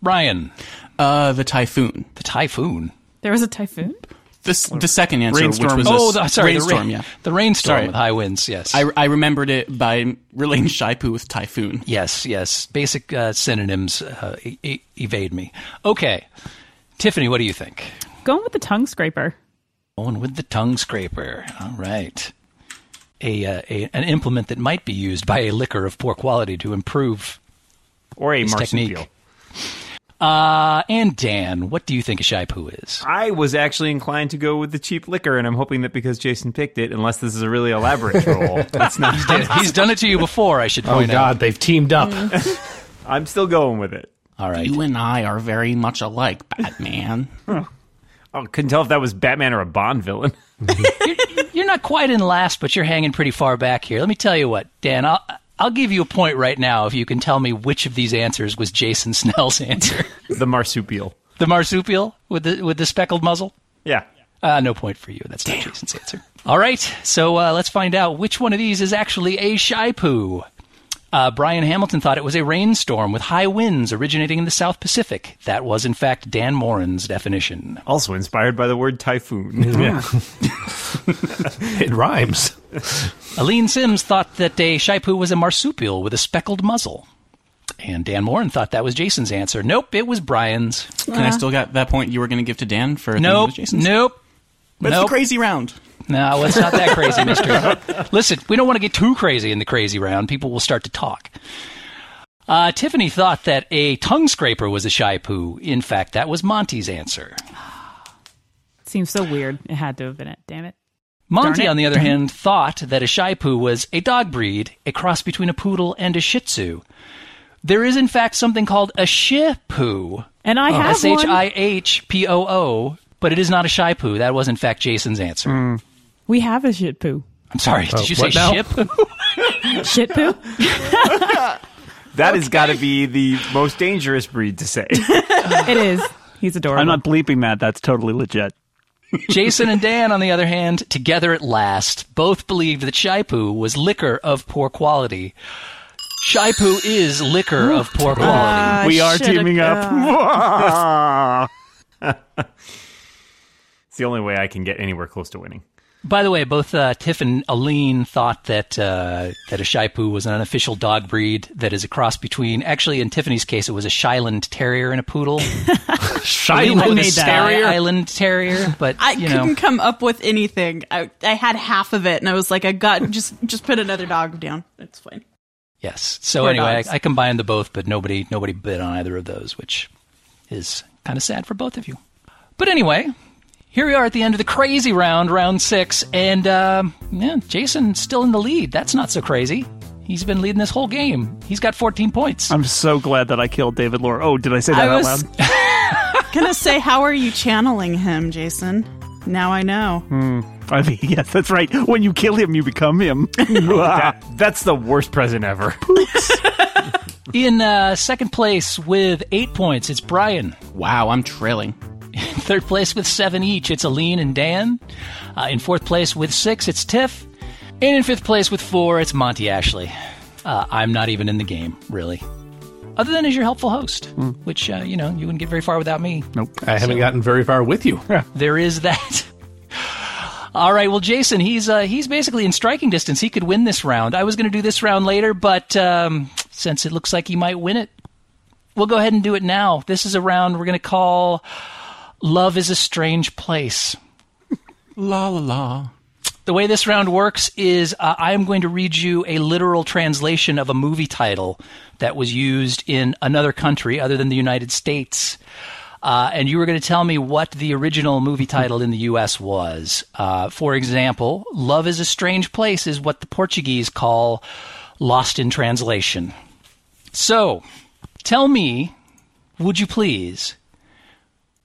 Brian, Uh, the typhoon. the typhoon. There was a typhoon? The s- the second answer, Rainstorm. which was a Oh, s- the, sorry, rainstorm. the, rain, yeah, the rainstorm Sorry. with high winds. Yes, I, I remembered it by relating shy poo with typhoon. yes, yes. Basic uh, synonyms uh, e- e- evade me. Okay, Tiffany, what do you think? Going with the tongue scraper. Going with the tongue scraper. All right. A, uh, a an implement that might be used by a liquor of poor quality to improve or a his marsupial? technique. Uh, and Dan, what do you think a shy poo is? I was actually inclined to go with the cheap liquor, and I'm hoping that because Jason picked it, unless this is a really elaborate roll, it's not. He's done it to you before. I should Oh point out. God, they've teamed up. I'm still going with it. All right. You and I are very much alike, Batman. I Oh, couldn't tell if that was Batman or a Bond villain. You're not quite in last, but you're hanging pretty far back here. Let me tell you what, Dan. I'll I'll give you a point right now if you can tell me which of these answers was Jason Snell's answer. the marsupial. the marsupial with the with the speckled muzzle. Yeah. Uh, no point for you. That's not Jason's answer. All right, so uh, let's find out which one of these is actually a shy poo. Uh, Brian Hamilton thought it was a rainstorm with high winds originating in the South Pacific. That was, in fact, Dan Morin's definition. Also inspired by the word typhoon. Yeah. it rhymes. Aline Sims thought that a Shaipu was a marsupial with a speckled muzzle. And Dan Morin thought that was Jason's answer. Nope, it was Brian's. Can I still get that point you were going to give to Dan for thinking it Nope. was Jason's? Nope. But it's nope. the crazy round. No, it's not that crazy, mister. Listen, we don't want to get too crazy in the crazy round. People will start to talk. Uh, Tiffany thought that a tongue scraper was a shy poo. In fact, that was Monty's answer. Seems so weird. It had to have been it. Damn it. Monty, Darn it. on the other hand, thought that a shy poo was a dog breed, a cross between a poodle and a shih tzu. There is, in fact, something called a shih poo. And I have Oh, S H one. I H P O O, but it is not a shy poo. That was, in fact, Jason's answer. Mm. We have a shit poo. I'm sorry, did you say Uh, what now? ship? Shit poo? That has got to be the most dangerous breed to say. it is. He's adorable. I'm not bleeping that. That's totally legit. Jason and Dan, on the other hand, together at last, both believed that Shaipu was liquor of poor quality. Shaipu is liquor of poor quality. I we are Uh, shoulda- teaming up. uh, It's the only way I can get anywhere close to winning. By the way, both uh, Tiff and Aline thought that uh, that a Shaipu was an unofficial dog breed that is a cross between. Actually, in Tiffany's case, it was a Shiland Terrier and a poodle. Aline I was made a that. Sky Island Terrier, but I you couldn't know, come up with anything. I, I had half of it, and I was like, I got just just put another dog down. It's fine. yes. So Poor anyway, dogs. I, I combined the both, but nobody nobody bid on either of those, which is kind of sad for both of you. But anyway, here we are at the end of the crazy round, round six, and um, yeah, Jason's still in the lead. That's not so crazy. He's been leading this whole game. He's got 14 points. I'm so glad that I killed David Lore. Oh, did I say that I out was- loud? Gonna say, how are you channeling him, Jason? Now I know. Hmm. I mean, yes, that's right. When you kill him, you become him. That, that's the worst present ever. In uh, second place with eight points, it's Brian. Wow, I'm trailing. In third place with seven each, it's Aline and Dan. Uh, in fourth place with six, it's Tiff. And in fifth place with four, it's Monty Ashley. Uh, I'm not even in the game, really. Other than as your helpful host, which, uh, you know, you wouldn't get very far without me. I haven't gotten very far with you. There is that. All right, well, Jason, he's uh, he's basically in striking distance. He could win this round. I was going to do this round later, but um, since it looks like he might win it, we'll go ahead and do it now. This is a round we're going to call "Love Is a Strange Place." La la la. The way this round works is uh, I am going to read you a literal translation of a movie title that was used in another country other than the United States. Uh, and you were going to tell me what the original movie title in the U.S. was. Uh, for example, Love is a Strange Place is what the Portuguese call Lost in Translation. So, tell me, would you please,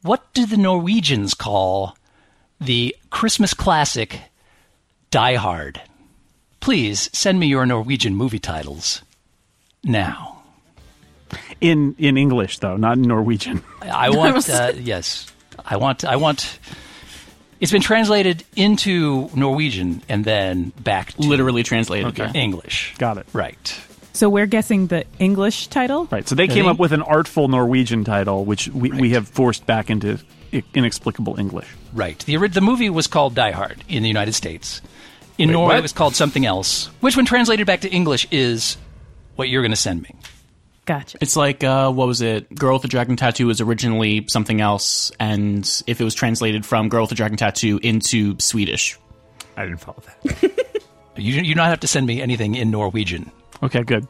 what do the Norwegians call the Christmas classic Die Hard. Please send me your Norwegian movie titles now. in in English though, not in Norwegian. I want uh, yes, I want I want. It's been translated into Norwegian and then back to Literally translated. yeah. English. Got it. Right. So we're guessing the English title? Right. So they came Really? up with an artful Norwegian title, which we, we have forced back into i- inexplicable English. Right. The ori- the movie was called Die Hard in the United States. In Norway, what? it was called something else, which, when translated back to English, is what you're going to send me. Gotcha. It's like uh, what was it? Girl with the Dragon Tattoo was originally something else, and if it was translated from Girl with the Dragon Tattoo into Swedish, I didn't follow that. You you don't have to send me anything in Norwegian, Okay, good.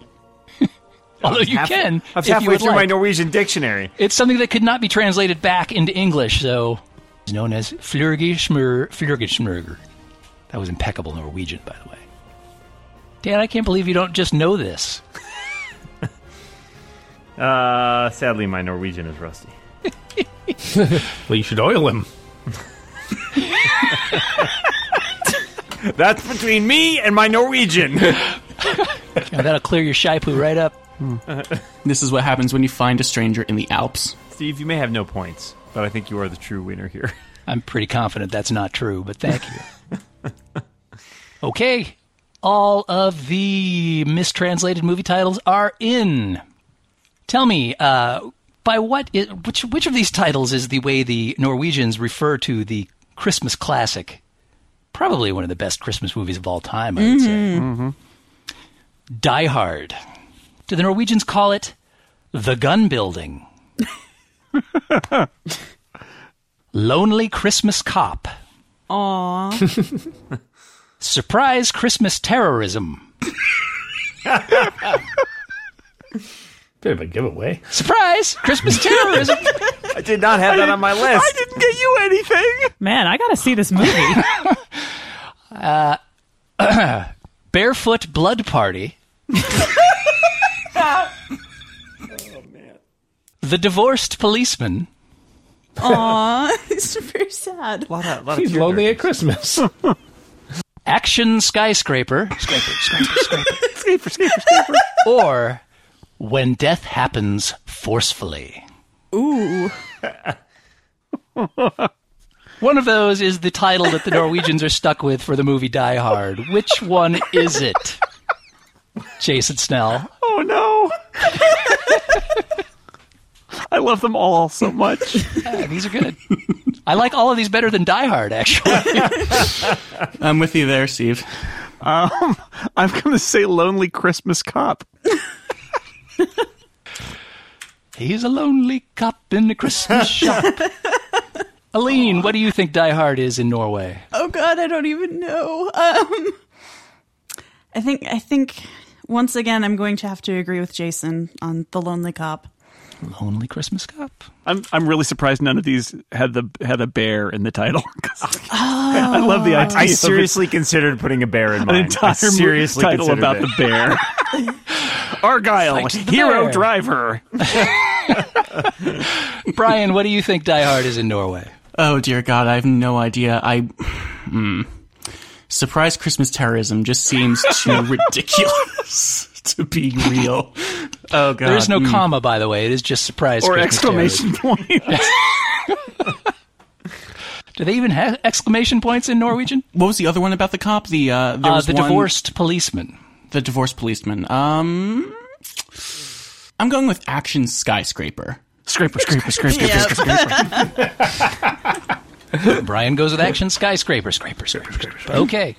although you Oh, Half- can. I'm if you halfway would through my like. Norwegian dictionary. It's something that could not be translated back into English, so it's known as Flurgischmur Flurgischmurger. That was impeccable Norwegian, by the way. Dan, I can't believe you don't just know this. Uh, sadly, my Norwegian is rusty. Well, you should oil him. That's between me and my Norwegian. Yeah, that'll clear your shy poo right up. This is what happens when you find a stranger in the Alps. Steve, you may have no points, but I think you are the true winner here. I'm pretty confident that's not true, but thank you. okay. All of the mistranslated movie titles are in. Tell me, uh, by what i which which of these titles is the way the Norwegians refer to the Christmas classic? Probably one of the best Christmas movies of all time, I would say. Mm-hmm. Die Hard. Do the Norwegians call it the gun building? Lonely Christmas Cop. Aw. Surprise Christmas Terrorism. Bit of a giveaway. Surprise Christmas Terrorism. I did not have that on my list. I didn't get you anything. Man, I gotta see this movie. Barefoot Blood Party. The Divorced Policeman. Aw. it's very sad. A lot of, He's lonely at Christmas. Action Skyscraper. Scraper, scraper, scraper. Or When Death Happens Forcefully. Ooh. One of those is the title that the Norwegians are stuck with for the movie Die Hard. Which one is it? Jason Snell. Oh no. I love them all so much. Yeah, these are good. I like all of these better than Die Hard, actually. I'm with you there, Steve. I'm going to say Lonely Christmas Cop. He's a lonely cop in a Christmas shop. Aline, what do you think Die Hard is in Norway? Oh God, I don't even know. Um, I think I think once again I'm going to have to agree with Jason on the lonely cop. Lonely Christmas Cop. I'm I'm really surprised none of these had the had a bear in the title. 'Cause I love the idea. I of seriously considered putting a bear in an mine. entire I seriously mo- title considered about it. the bear. Argyle, Thanks to the hero bear. driver. Brian, what do you think Die Hard is in Norway? Oh dear God, I have no idea. I hmm. surprise Christmas terrorism just seems too ridiculous to be real. Oh God, There is no comma, by the way. It is just surprise Or Christmas exclamation point. terrorism. Do they even have exclamation points in Norwegian? What was the other one about the cop? The uh, there Uh, was the one- divorced policeman. the divorced policeman. Um, I'm going with action skyscraper. scraper, scraper, scraper. Brian goes with action skyscraper, scraper, scraper, scraper. Okay.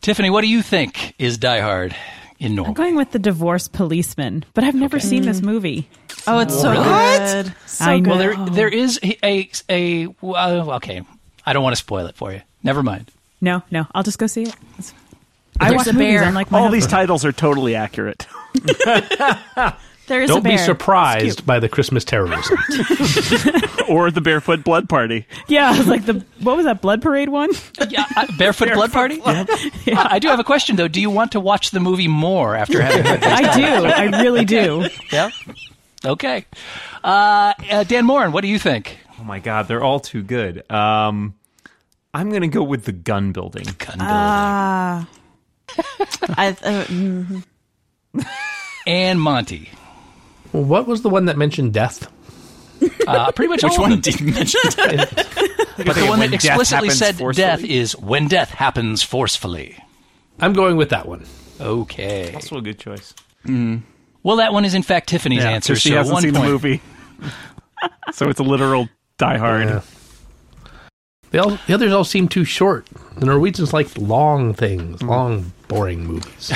Tiffany, what do you think is Die Hard in I'm Norway? going with the divorce policeman, but I've never seen this movie. Oh, it's so Mm. good. So I know. Well, go- there there is a a, a well, okay. I don't want to spoil it for you. Never mind. No, no, I'll just go see it. It's- I There's watch a movies. bear. I'm like my All these husband. titles are totally accurate. There is a Don't bear. be surprised by the Christmas terrorism. Or the barefoot blood party. Yeah, I was like the what was that blood parade one? Yeah, I- barefoot, blood party. I, I do have a question though. Do you want to watch the movie more after having heard that? I do, I really do. yeah. Okay. Uh, uh, Dan Morin, what do you think? Oh my God, they're all too good. Um, I'm gonna go with the gun building. Uh, I, uh, mm, And Monty. Well, what was the one that mentioned death? Uh, pretty much Which all of one them. did you mention? But the one When that death explicitly happens said forcefully? death is when death happens forcefully. I'm going with that one. Okay. Also a good choice. Well, that one is in fact Tiffany's Yeah, answer. She so hasn't one seen point. the movie. so it's a literal Die Hard. Yeah. They all, the others all seem too short. The Norwegians like long things, Mm. long, boring movies.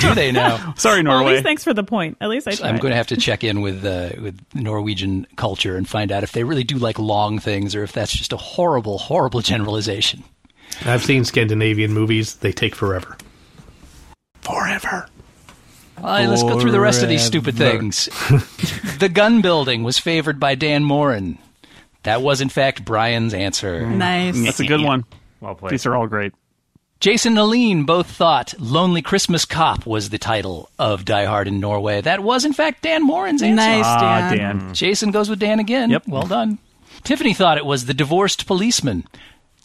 Do they now? Sorry, Well, at Norway. least thanks for the point. At least I tried. I'm going to have to check in with uh, with Norwegian culture and find out if they really do like long things or if that's just a horrible, horrible generalization. I've seen Scandinavian movies, they take forever. Forever. All right, let's go through the rest of these stupid things. the gun building was favored by Dan Morin. That was, in fact, Brian's answer. nice. That's a good one. Well played. These are all great. Jason and Aline both thought Lonely Christmas Cop was the title of Die Hard in Norway. That was, in fact, Dan Morin's answer. Nice, Ah, Dan. Mm. Dan. Jason goes with Dan again. Yep. Well done. Tiffany thought it was the divorced policeman.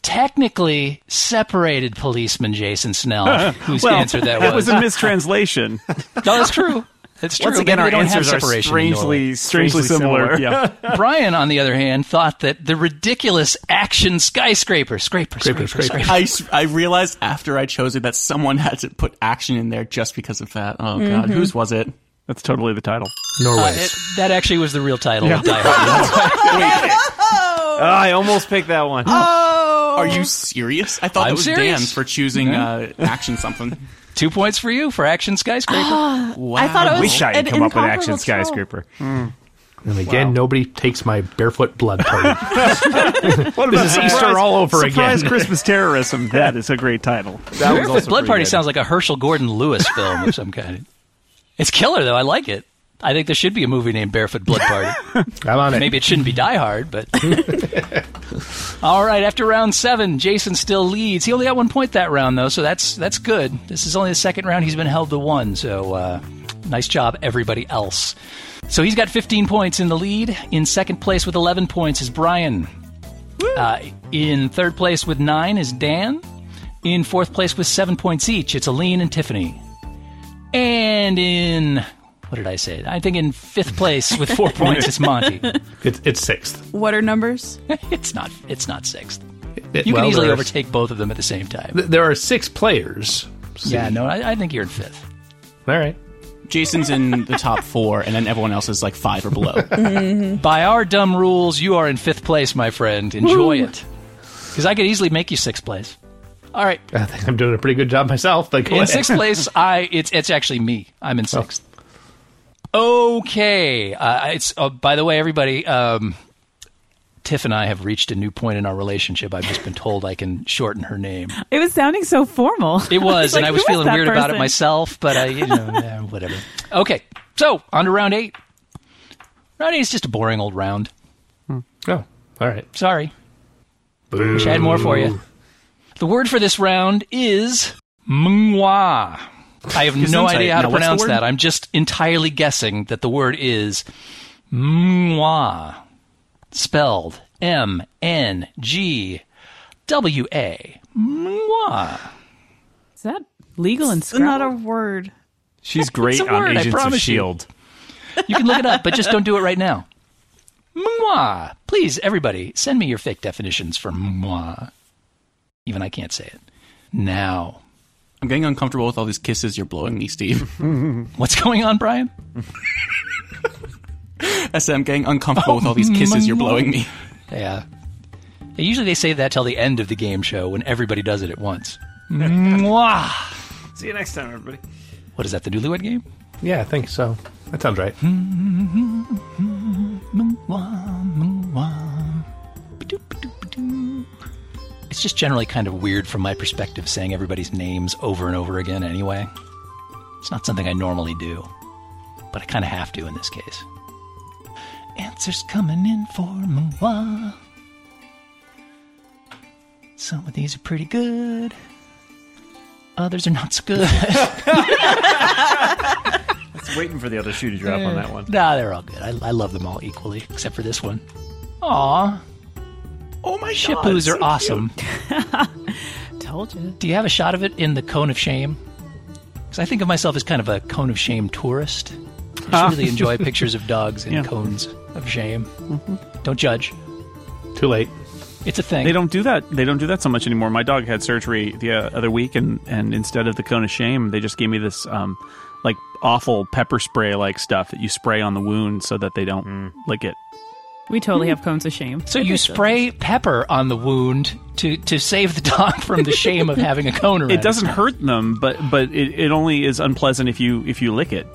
Technically separated policeman Jason Snell, whose well, answer that, was. a mistranslation. no, that's true. That's true. Once again, Maybe our they don't have answers are separation in Norway. strangely, Strangely similar. Yeah. Brian, on the other hand, thought that the ridiculous action skyscraper, scraper, scraper, Scraper, scraper, scraper. I, s- I realized after I chose it that someone had to put action in there just because of that. Oh god, whose was it? That's totally the title. Uh, Norway. it- that actually was the real title of Die Hard. Oh, Ah, I almost picked that one. Are you serious? I thought I'm it was serious. Dan for choosing uh, action something. Two points for you for action skyscraper. Wow. I thought it was Wish I an had come up with incomparable Action trope. Skyscraper. and again, nobody takes my barefoot blood party. What this is Easter all over Surprise again. Christmas terrorism. That is a great title. That was Barefoot also Blood pretty Party good. sounds like a Herschel Gordon Lewis film of some kind. It's killer though. I like it. I think there should be a movie named Barefoot Blood Party. I'm on it. Maybe it shouldn't be Die Hard, but all right. After round seven, Jason still leads. He only got one point that round though, so that's that's good. This is only the second round he's been held to one. So uh, nice job, everybody else. So he's got 15 points in the lead. In second place with 11 points is Brian. Uh, in third place with nine is Dan. In fourth place with seven points each, it's Aline and Tiffany. And in what did I say? I think in fifth place with four points it's Monty. It's, it's sixth. What are numbers? It's not. It's not sixth. It- You well, can easily there are- overtake both of them at the same time. th- There are six players. So- Yeah, no, I, I think you're in fifth. All right. Jason's in the top four, and then everyone else is like five or below. By our dumb rules, you are in fifth place, my friend. Enjoy it, because I could easily make you sixth place. All right, I think I'm doing a pretty good job myself. Like, in sixth place, I it's it's actually me. I'm in sixth. Okay, uh, it's oh, by the way, everybody. Um, Tiff and I have reached a new point in our relationship. I've just been told I can shorten her name. It was sounding so formal. It was, like, and I who was feeling that weird about it person? myself, but I, you know, eh, whatever. Okay, so on to round eight. Round eight is just a boring old round. Hmm. Oh, all right. Sorry. Wish I had more for you. The word for this round is mwa. I have no Gesundheit. idea how to Now, what's the pronounce word? that. I'm just entirely guessing that the word is mwa, spelled M N G W A. Mwa. Is that legal in It's not a Scrabble? word. She's great It's a on word, I Agents of promise you. Shield. You can look it up, but just don't do it right now. Moi. Please, everybody, send me your fake definitions for moi. Even I can't say it. Now. I'm getting uncomfortable with all these kisses you're blowing me, Steve. What's going on, Brian? I said I'm getting uncomfortable with all Oh, these kisses you're blowing me. Yeah. Yeah, Usually uh, they say that till the end of the game show when everybody does it at once. Moi. See you next time, everybody. What is that, the newlywed game? Yeah, I think so. That sounds right. It's just generally kind of weird from my perspective saying everybody's names over and over again anyway. It's not something I normally do, but I kind of have to in this case. Answers coming in for moi. Some of these are pretty good. Others are not so good. Just waiting for the other shoe to drop on that one. nah, they're all good. I, I love them all equally, except for this one. Aw, Oh my Shippoos are awesome. Told you. Do you have a shot of it in the cone of shame? Because I think of myself as kind of a cone of shame tourist. I just really enjoy pictures of dogs in Ah. Yeah. Mm-hmm. cones of shame. Don't judge. Too late. It's a thing. They don't do that. They don't do that so much anymore. My dog had surgery the uh, other week, and and instead of the cone of shame, they just gave me this um, like awful pepper spray like stuff that you spray on the wound so that they don't lick it. We Hmm. totally have cones of shame. so you spray pepper on the wound to, to save the dog from the shame of having a cone around It doesn't hurt them, but but it, it only is unpleasant if you if you lick it.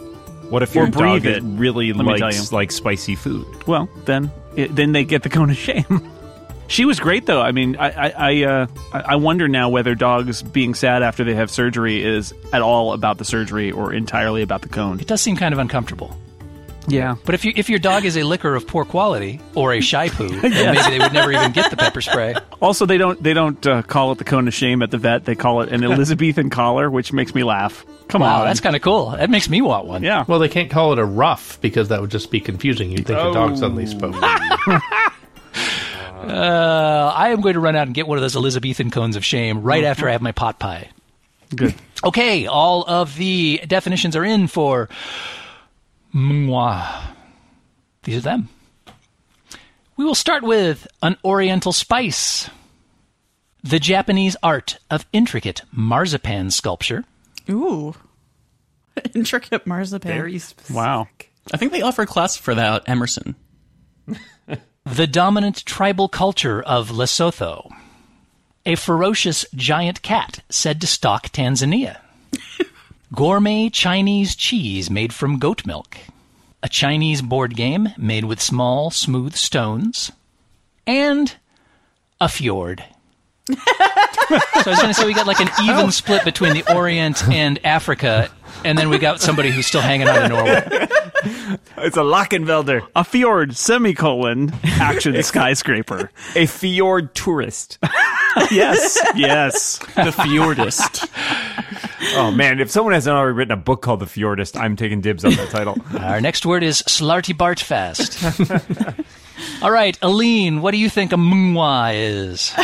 What if your breathe dog is it. really Let me tell likes you. like spicy food? Well, then it, then they get the cone of shame. she was great though. I mean, I I I, uh, I I wonder now whether dogs being sad after they have surgery is at all about the surgery or entirely about the cone. It does seem kind of uncomfortable. Yeah. But if you if your dog is a liquor of poor quality or a shy poo, then maybe they would never even get the pepper spray. Also, they don't they don't uh, call it the cone of shame at the vet. They call it an Elizabethan collar, which makes me laugh. Come Wow, on, that's kind of cool. That makes me want one. yeah. Well, they can't Oh. call it a rough because that would just be confusing. You'd think a dog suddenly spoke. Uh, I am going to run out and get one of those Elizabethan cones of shame right after I have my pot pie. Good. Okay, all of the definitions are in for moi. These are them. We will start with an oriental spice, the Japanese art of intricate marzipan sculpture, Ooh. Intricate marzipan. Wow. I think they offer a class for that, Emerson. the dominant tribal culture of Lesotho, a ferocious giant cat said to stalk Tanzania, gourmet Chinese cheese made from goat milk, a Chinese board game made with small, smooth stones, and a fjord. so I was going to say we got like an even split between the Orient and Africa, and then we got somebody who's still hanging out in Norway. It's a Lockenvelder. A fjord semicolon action skyscraper. A fjord tourist. Yes. Yes. The Fjordist. Oh man, if someone hasn't already written a book called The Fjordist, I'm taking dibs on that title. Our next word is Slarty Bartfast. All right, Aline, what do you think a mwa is?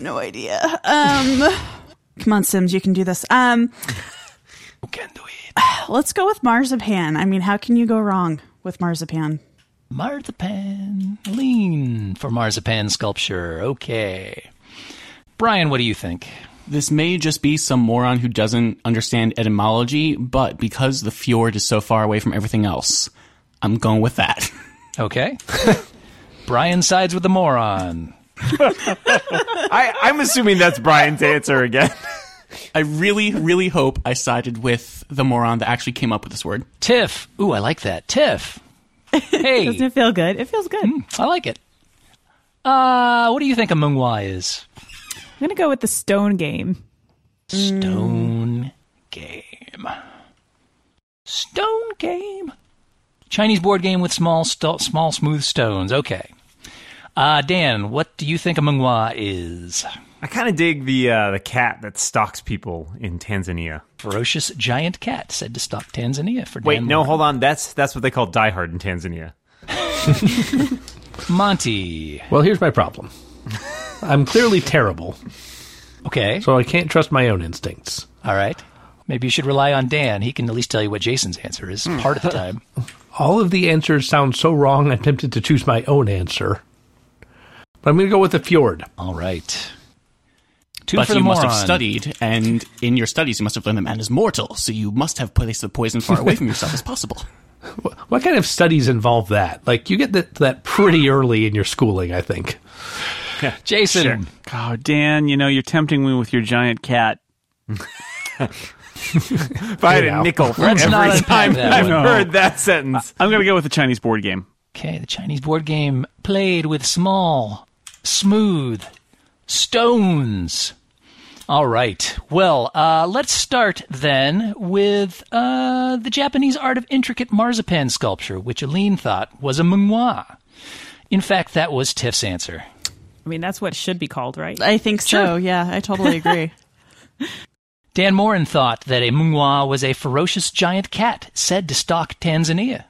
No idea. Um, come on, Sims, you can do this. Um, Who can do it? let's go with marzipan. I mean, how can you go wrong with marzipan? Marzipan. Aline for marzipan sculpture. Okay. Brian, what do you think? This may just be some moron who doesn't understand etymology, but because the fjord is so far away from everything else, I'm going with that. Okay. Brian sides with the moron. I, I'm assuming that's Brian's answer again. I really, really hope I sided with the moron that actually came up with this word. Tiff. Ooh, I like that. Tiff. Doesn't Hey, Hmm, it feel good? It feels good. I'm I like it. Uh, what do you think a mungwa is? gonna go with the stone game. Stone game. Stone game. Chinese board game with small, st- small, smooth stones. Okay. Uh, Dan, what do you think a mungwa is? I kind of dig the uh, the cat that stalks people in Tanzania. Ferocious giant cat said to stop Tanzania for Wait, Dan no, Lawrence. hold on. That's that's what they call Die Hard in Tanzania. Monty. Well, here's my problem. I'm clearly terrible, Okay. so I can't trust my own instincts. All right. Maybe you should rely on Dan. He can at least tell you what Jason's answer Hmm. is part of the time. All of the answers sound so wrong, I'm tempted to choose my own answer. But I'm going to go with the fjord. All right. Two But for you the must have moron. studied, and in your studies, you must have learned that man is mortal, so you must have placed the poison far away from yourself as possible. What kind of studies involve that? Like, you get that, that pretty early in your schooling, I think. Jason. Oh, Dan, you know, you're tempting me with your giant cat. If I had Hey, now. a nickel for Let's every not unpack time that I've one. heard that sentence. I'm going to go with the Chinese board game. Okay, the Chinese board game played with small, smooth stones. All right. Well, uh, let's start then with uh, the Japanese art of intricate marzipan sculpture, which Aline thought was a mungwa. In fact, that was Tiff's answer. I mean, that's what it should be called, right? I think so. Yeah, I totally agree. Dan Morin thought that a mungwa was a ferocious giant cat said to stalk Tanzania.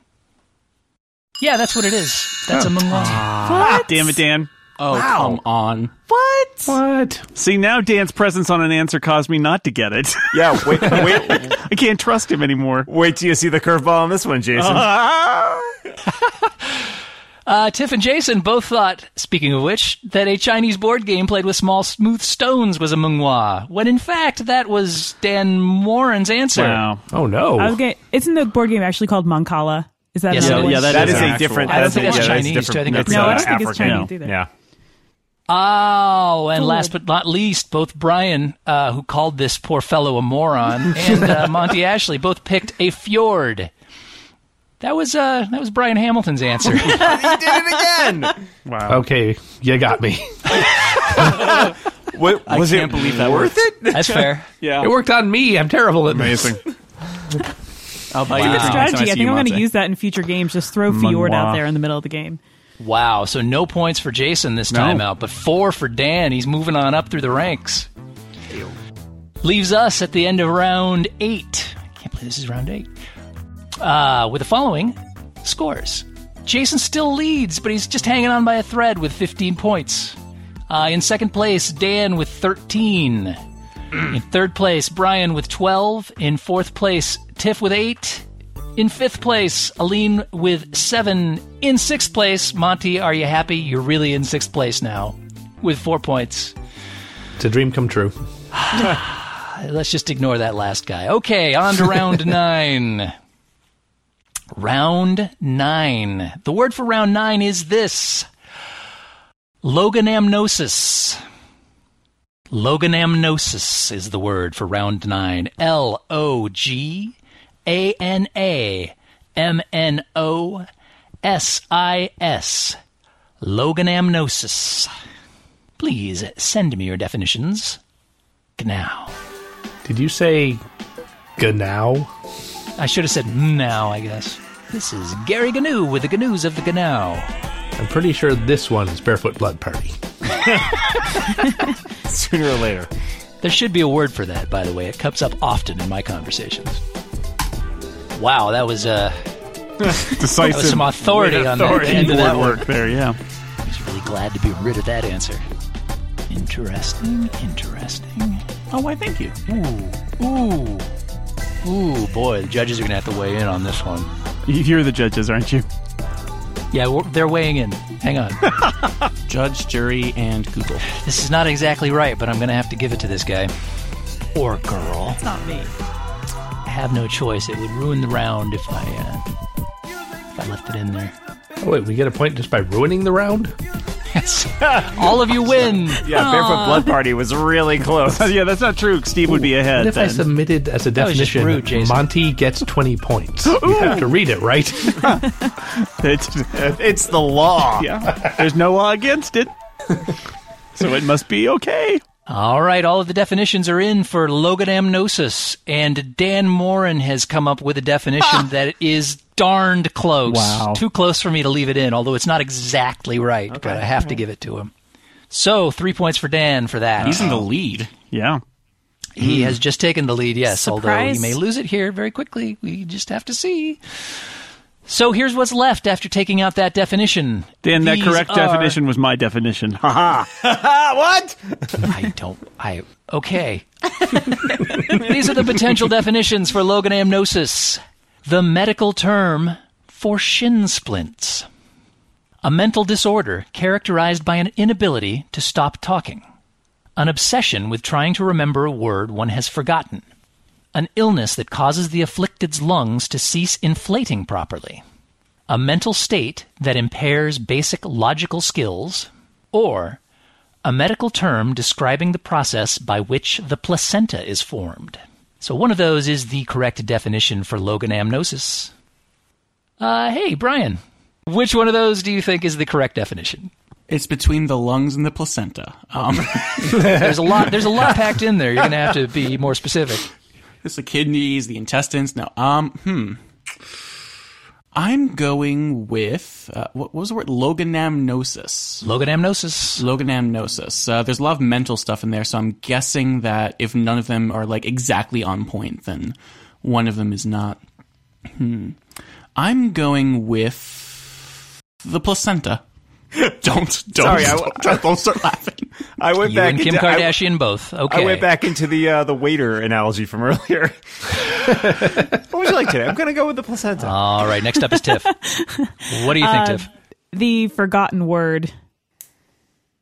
Yeah, that's what it is. That's a mungwa. Ah, damn it, Dan. Oh, come on. What? See, now Dan's presence on an answer caused me not to get it. Yeah, wait, wait, I can't trust him anymore. wait till you see the curveball on this one, Jason. Uh, Tiff and Jason both thought, speaking of which, that a Chinese board game played with small, smooth stones was a mungwa, when in fact that was Dan Morin's answer. Wow. Oh, no. I was gonna, isn't the board game actually called Mancala? Is that Yes, another it one? is. Yeah, that is, is a actual- different. I don't that's think a- that's yeah, Chinese, different- too. I think that's, that's- No, I uh, don't think it's African. Chinese either. Yeah. Oh, and Fooled. last but not least, both Brian, uh, who called this poor fellow a moron, and uh, Monty Ashley both picked a fjord. That was uh, that was Brian Hamilton's answer. Okay, you got me. What, I was can't it believe that worth it? That's fair. It worked on me. I'm terrible at this. I'll buy Wow. you this Good next time strategy. I see think you, I'm going to Monte. use that in future games. Just throw Fjord out Manoir. there in the middle of the game. Wow. So no points for Jason this time out, but four for Dan. He's moving on up through the ranks. Leaves us at the end of round eight. I can't believe this is round eight. Uh, with the following scores Jason still leads, but he's just hanging on by a thread with 15 points. Uh, in second place, Dan with 13. In third place, Brian with 12. In fourth place, Tiff with 8. In fifth place, Aline with 7. In sixth place, Monty, are you happy? You're really in sixth place now with 4 points. It's a dream come true. Let's just ignore that last guy. Okay, on to round nine. Round nine. The word for round nine is this Loganamnosis. Loganamnosis is the word for round nine. L O G A N A M N O S I S. Loganamnosis. Please send me your definitions now. Did you say Ganow? I should have said "Mm, now, I guess. This is Gary Gnu with the Gnus of the Gnu. I'm pretty sure this one is Barefoot Blood Party. Sooner or later. There should be a word for that, by the way. It comes up often in my conversations. Wow, that was uh, that Decisive. was some authority on the end of that word. work there, yeah. I was really glad to be rid of that answer. Interesting, interesting. Oh, why? Thank you. Ooh, ooh, ooh, boy! The judges are gonna have to weigh in on this one. You're the judges, aren't you? Yeah, we're- they're weighing in. Hang on. Judge, jury, and Google. This is not exactly right, but I'm going to have to give it to this guy. Or girl. It's not me. I have no choice. It would ruin the round if I, uh, if I left it in there. Oh, wait, we get a point just by ruining the round? Yes. All of you win. Yeah, Barefoot Blood Party was really close. yeah, that's not true. Steve would be What ahead. if I then. submitted as a was just definition rude, Jason. Monty gets 20 points? you have to read it, right? It's- It's the law. yeah, there's no law against it, so it must be okay. All right, all of the definitions are in for loganamnosis, and Dan Morin has come up with a Ah! definition that is darned close. Wow. Too close for me to leave it in, although it's not exactly right, but I Hmm. have to give it to him. So, three points for Dan for that. He's in the lead. Yeah. He has just taken the lead, yes, although he Surprise. may lose it here very quickly. We just have to see. So here's what's left after taking out that definition. Dan, that These correct are- definition was my definition. what? I don't. I. Okay. These are the potential definitions for loganamnosis the medical term for shin splints, a mental disorder characterized by an inability to stop talking, an obsession with trying to remember a word one has forgotten, an illness that causes the afflicted's lungs to cease inflating properly, a mental state that impairs basic logical skills, or a medical term describing the process by which the placenta is formed. So one of those is the correct definition for loganamnosis. Uh, hey, Brian, which one of those do you think is the correct definition? It's between the lungs and the placenta. Um, There's a lot. There's a lot packed in there. You're gonna have to be more specific. it's the kidneys, the intestines. No. Um. Hmm. I'm going with uh, what what was the word? Loganamnosis. Loganamnosis. Loganamnosis. Uh, there's a lot of mental stuff in there, so I'm guessing that if none of them are like exactly on point, then one of them is not. Hmm. I'm going with the placenta. don't don't Sorry, I- don't, don't start laughing. I went You back and Kim into, I- Kardashian both. Okay. I went back into the uh, the waiter analogy from earlier. what would you like today? I'm gonna go with the placenta. All right. Next up is Tiff. What do you think, Tiff? The forgotten word.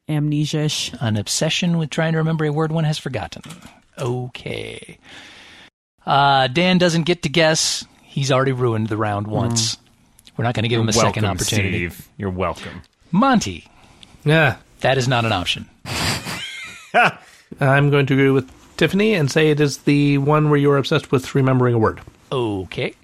Amnesia-ish. An obsession with trying to remember a word one has forgotten. Okay. Uh, Dan doesn't get to guess. He's already ruined the round once. We're not going to give him a second Mm. Welcome, opportunity. Steve. You're welcome. Monty, yeah. that is not an option. I'm going to agree with Tiffany and say it is the one where you're obsessed with remembering a word. Okay.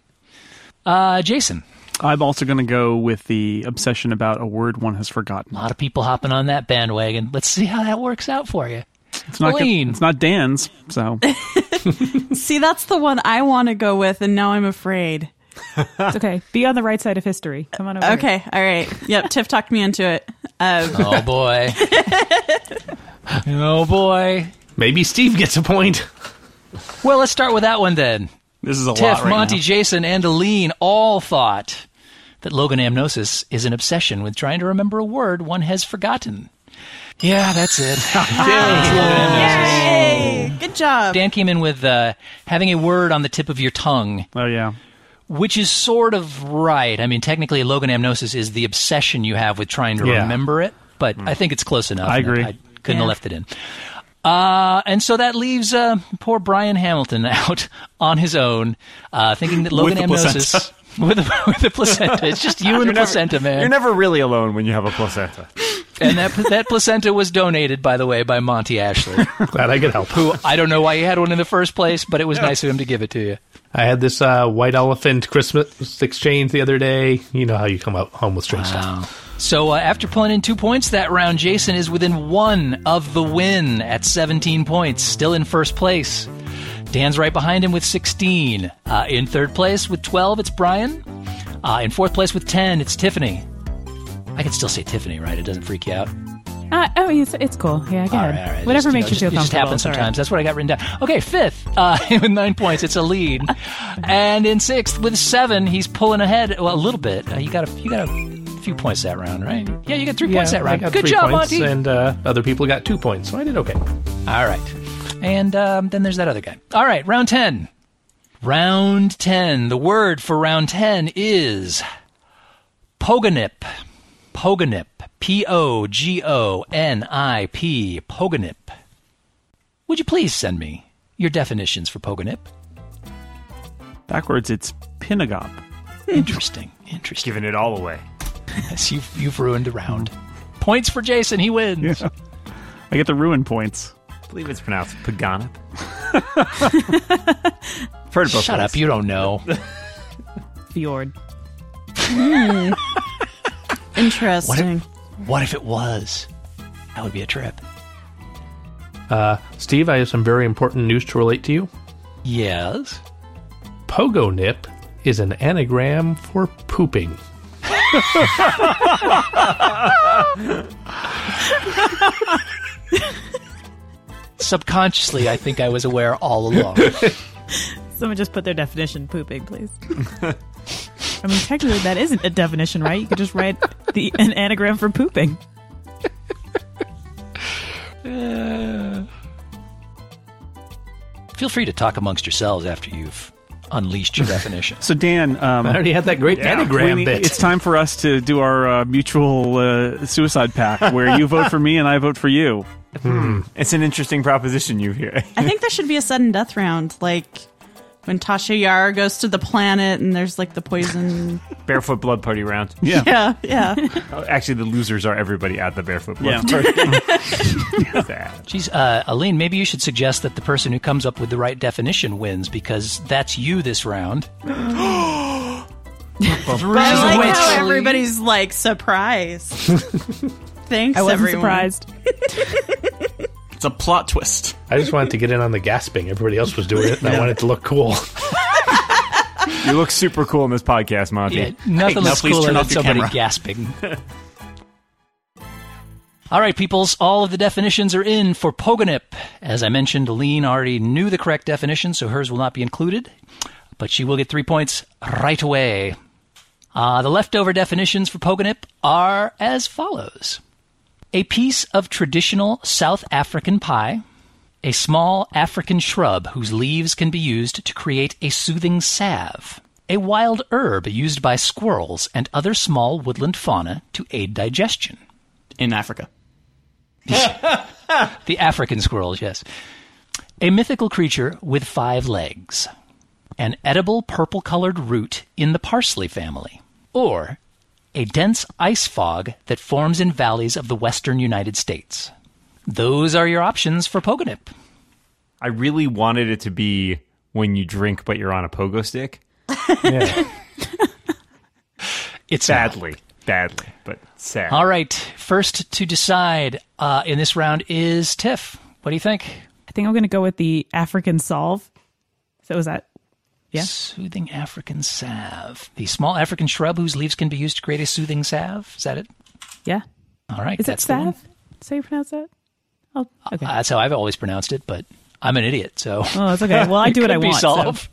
Uh, Jason, I'm also going to go with the obsession about a word one has a forgotten. lot of people hopping on that bandwagon. Let's see how that works out for you. It's not, Colleen. it's not Dan's, so See, that's the one I want to go with, and now I'm afraid. It's okay. Be on the right side of history. Come on over. here. Okay, all right. Yep, Tiff talked me into it. Oh, boy. oh, boy. Maybe Steve gets a point. Well, let's start with that one then. This is a lot Tiff, right Monty, now. Jason, and Aline all thought that loganamnosis is an obsession with trying to remember a word one has forgotten. Yeah, that's it. Yay! Good job. Dan came in with uh, having a word on the tip of your tongue, Oh yeah. which is sort of right. I mean, technically, loganamnosis is the obsession you have with trying to Yeah. remember it, but I think it's close enough. I and agree. I couldn't Yeah. have left it in. Uh, and so that leaves uh, poor Brian Hamilton out on his own, uh, thinking that With the loganamnosis. With the, with the placenta. It's just you and the placenta, man. You're never really alone when you have a placenta. and that, that placenta was donated, by the way, by Monty Ashley. Glad I could help. I don't know why he had one in the first place, but it was nice of him to give it to you. I had this uh, white elephant Christmas exchange the other day. You know how you come out home with strange stuff. So uh, after pulling in two points that round, Jason is within one of the win at 17 points, still in first place. Dan's right behind him with 16. Uh, in third place with 12, it's Brian. Uh, in fourth place with 10, it's Tiffany. I can still say Tiffany, right? It doesn't freak you out. Uh, oh, it's, it's cool. Yeah, go All ahead. right, all right. Whatever Just, makes you know, feel just, it just comfortable. happens it's all right. sometimes. That's what I got written down. Okay, fifth uh, with nine points. It's a lead, and in sixth with seven, he's pulling ahead well, a little bit. Uh, you got a you got a few points that round, right? Yeah, you got three points that I round. got Good three job, points, Monty. and uh, other people got two points, so I did okay. All right, and um, then there's that other guy. All right, round ten. Round ten. The word for round ten is pogonip. Pogonip. P o g o n i p. Pogonip. Would you please send me your definitions for pogonip? Backwards, it's Pinagop. Interesting. Interesting. Giving it all away. Yes, you've, you've ruined the round. Points for Jason. He wins. I get the ruin points. I believe it's pronounced Paganip. I've heard both Shut ways. up. You don't know. Fjord. Interesting. what if it was? That would be a trip. Uh, Steve, I have some very important news to relate to you. Yes. Pogo nip is an anagram for pooping. Subconsciously, I think I was aware all along. Someone just put their definition pooping, please. I mean, technically, that isn't a definition, right? You could just write the an anagram for pooping. Feel free to talk amongst yourselves after you've unleashed your definitions. So Dan, um, I already had that great anagram we- bit. It's time for us to do our uh, mutual uh, suicide pact, where you vote for me and I vote for you. It's an interesting proposition you hear. I think there should be a sudden death round, like when Tasha Yar goes to the planet and there's like the poison. Barefoot blood party round. yeah, yeah. Oh, Actually, the losers are everybody at the barefoot Yeah. blood party. Sad. Geez, uh, Aline, maybe you should suggest that the person who comes up with the right definition wins because that's you this round. Through I like which- how everybody's like surprised. Thanks, I wasn't everyone. surprised. It's a plot twist. I just wanted to get in on the gasping. Everybody else was doing it, and I wanted to look cool. you look super cool in this podcast, Monty. Yeah, nothing now looks please cooler turn than off your somebody camera. gasping. All right, peoples, all of the definitions are in for Pogonip. As I mentioned, Aline already knew the correct definition, so hers will not be included, but she will get three points right away. Uh, the leftover definitions for Pogonip are as follows a piece of traditional South African pie, a small African shrub whose leaves can be used to create a soothing salve, a wild herb used by squirrels and other small woodland fauna to aid digestion. In Africa. The African squirrels, yes. A mythical creature with five legs, an edible purple colored root in the parsley family, or a dense ice fog that forms in valleys of the western United States. Those are your options for Pogonip. I really wanted it to be when you drink, but you're on a pogo stick. It's not. Badly. Badly, but sad. All right, first to decide uh, in this round is Tiff. What do you think? I think I'm going to go with the African solve. So was that? Yeah. Soothing African salve. The small African shrub whose leaves can be used to create a soothing salve. Is that it? Yeah. All right. Is that's it the one. salve? Is that how you pronounce that? Oh, okay. Uh, that's how I've always pronounced it, but I'm an idiot, so oh, that's okay. Well, I do what I Could be want. so- solved.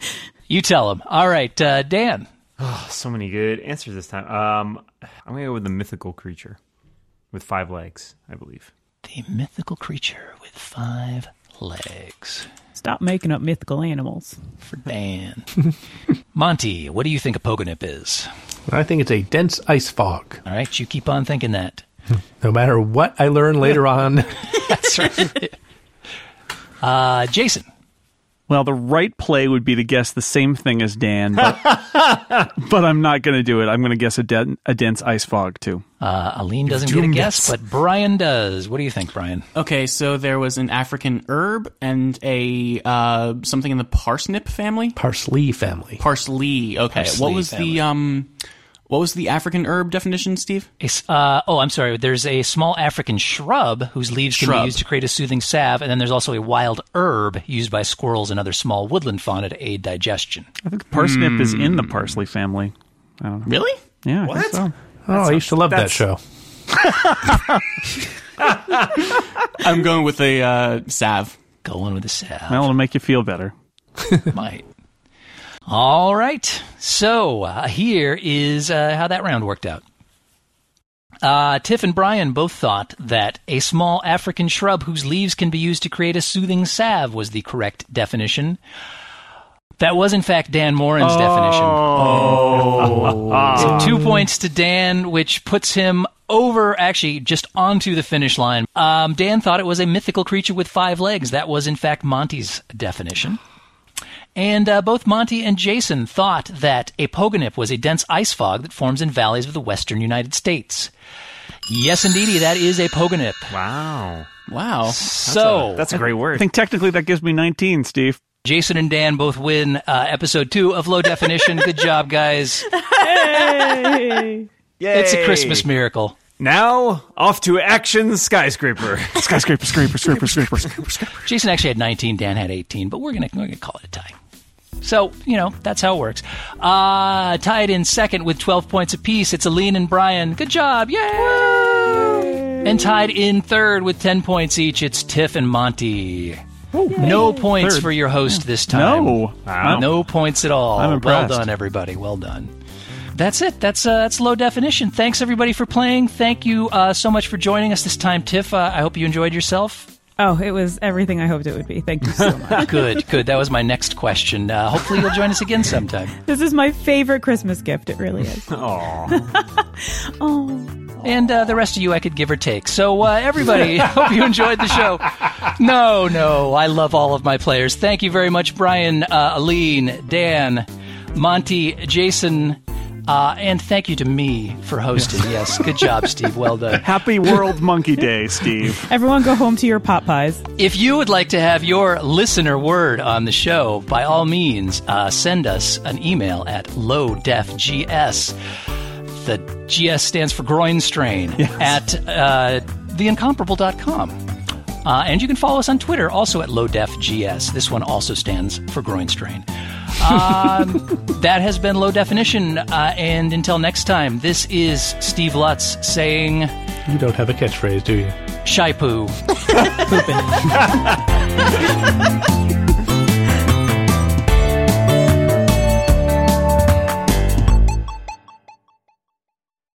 you tell him. All right, uh, Dan. So many good answers this time. Um, I'm going to go with the mythical creature. with five legs, I believe. The mythical creature with five legs. Stop making up mythical animals. For Dan. Monty, what do you think a Pogonip is? I think it's a dense ice fog. All right, you keep on thinking that. No matter what I learn later on, That's right. Uh, Jason. Well, the right play would be to guess the same thing as Dan, but, but I'm not going to do it. I'm going to guess a, den- a dense ice fog, too. Uh, Aline doesn't get a guess, but Brian does. What do you think, Brian? Okay, so there was an African herb and a uh, something in the parsnip family. parsley family. Parsley. Okay, Parsley what was family. the um, what was the African herb definition, Steve? A s uh, oh, I'm sorry. There's a small African shrub whose leaves can be Shrub. used to create a soothing salve, and then there's also a wild herb used by squirrels and other small woodland fauna to aid digestion. I think parsnip is in Hmm. the parsley family. Really? Yeah. I think so. Oh, I used to love that's- that show. I'm going with a uh, salve. Going with the salve. Well, it'll make you feel better. might. All right. So uh, here is uh, how that round worked out. Uh, Tiff and Brian both thought that a small African shrub whose leaves can be used to create a soothing salve was the correct definition. That was, in fact, Dan Morin's definition. So two points to Dan, which puts him over, actually, just onto the finish line. Um, Dan thought it was a mythical creature with five legs. That was, in fact, Monty's definition. And uh, both Monty and Jason thought that a pogonip was a dense ice fog that forms in valleys of the western United States. Yes, indeedy, that is a pogonip. Wow. Wow. So, That's a great I word. think technically that gives me 19, Steve. Jason and Dan both win uh, episode two of Low Definition. Good job, guys. It's a Christmas miracle. Now, off to action skyscraper. Skyscraper, scraper, scraper, scraper, scraper, scraper. Jason actually had 19, Dan had 18, but we're going we're gonna call it a tie. So, you know, that's how it works. Uh, tied in second with 12 points apiece, it's Aline and Brian. Good job. Yay! And tied in third with 10 points each, it's Tiff and Monty. no points for your host this time. No. Wow. No points at all. I'm impressed. Well done, everybody. Well done. That's it. That's uh, that's low definition. Thanks everybody for playing. Thank you uh, so much for joining us this time, Tiff. Uh, I hope you enjoyed yourself. Oh, it was everything I hoped it would be. Thank you so much. good, good. That was my next question. Uh, hopefully, you'll join us again sometime. this is my favorite Christmas gift. It really is. oh. And uh, the rest of you, I could give or take. So, uh, everybody, I hope you enjoyed the show. No, no, I love all of my players. Thank you very much, Brian, uh, Aline, Dan, Monty, Jason. Uh, and thank you to me for hosting. Yes, good job, Steve. Well done. Happy World Monkey Day, Steve. Everyone go home to your pot pies. If you would like to have your listener word on the show, by all means, uh, send us an email at lowdefgs. The GS stands for groin strain at uh, theincomparable.com. Uh, and you can follow us on Twitter, also at lowdefgs. This one also stands for groin strain. Um, that has been Low Definition. Uh, and until next time, this is Steve Lutz saying, You don't have a catchphrase, do you? Shai Poo. Pooping.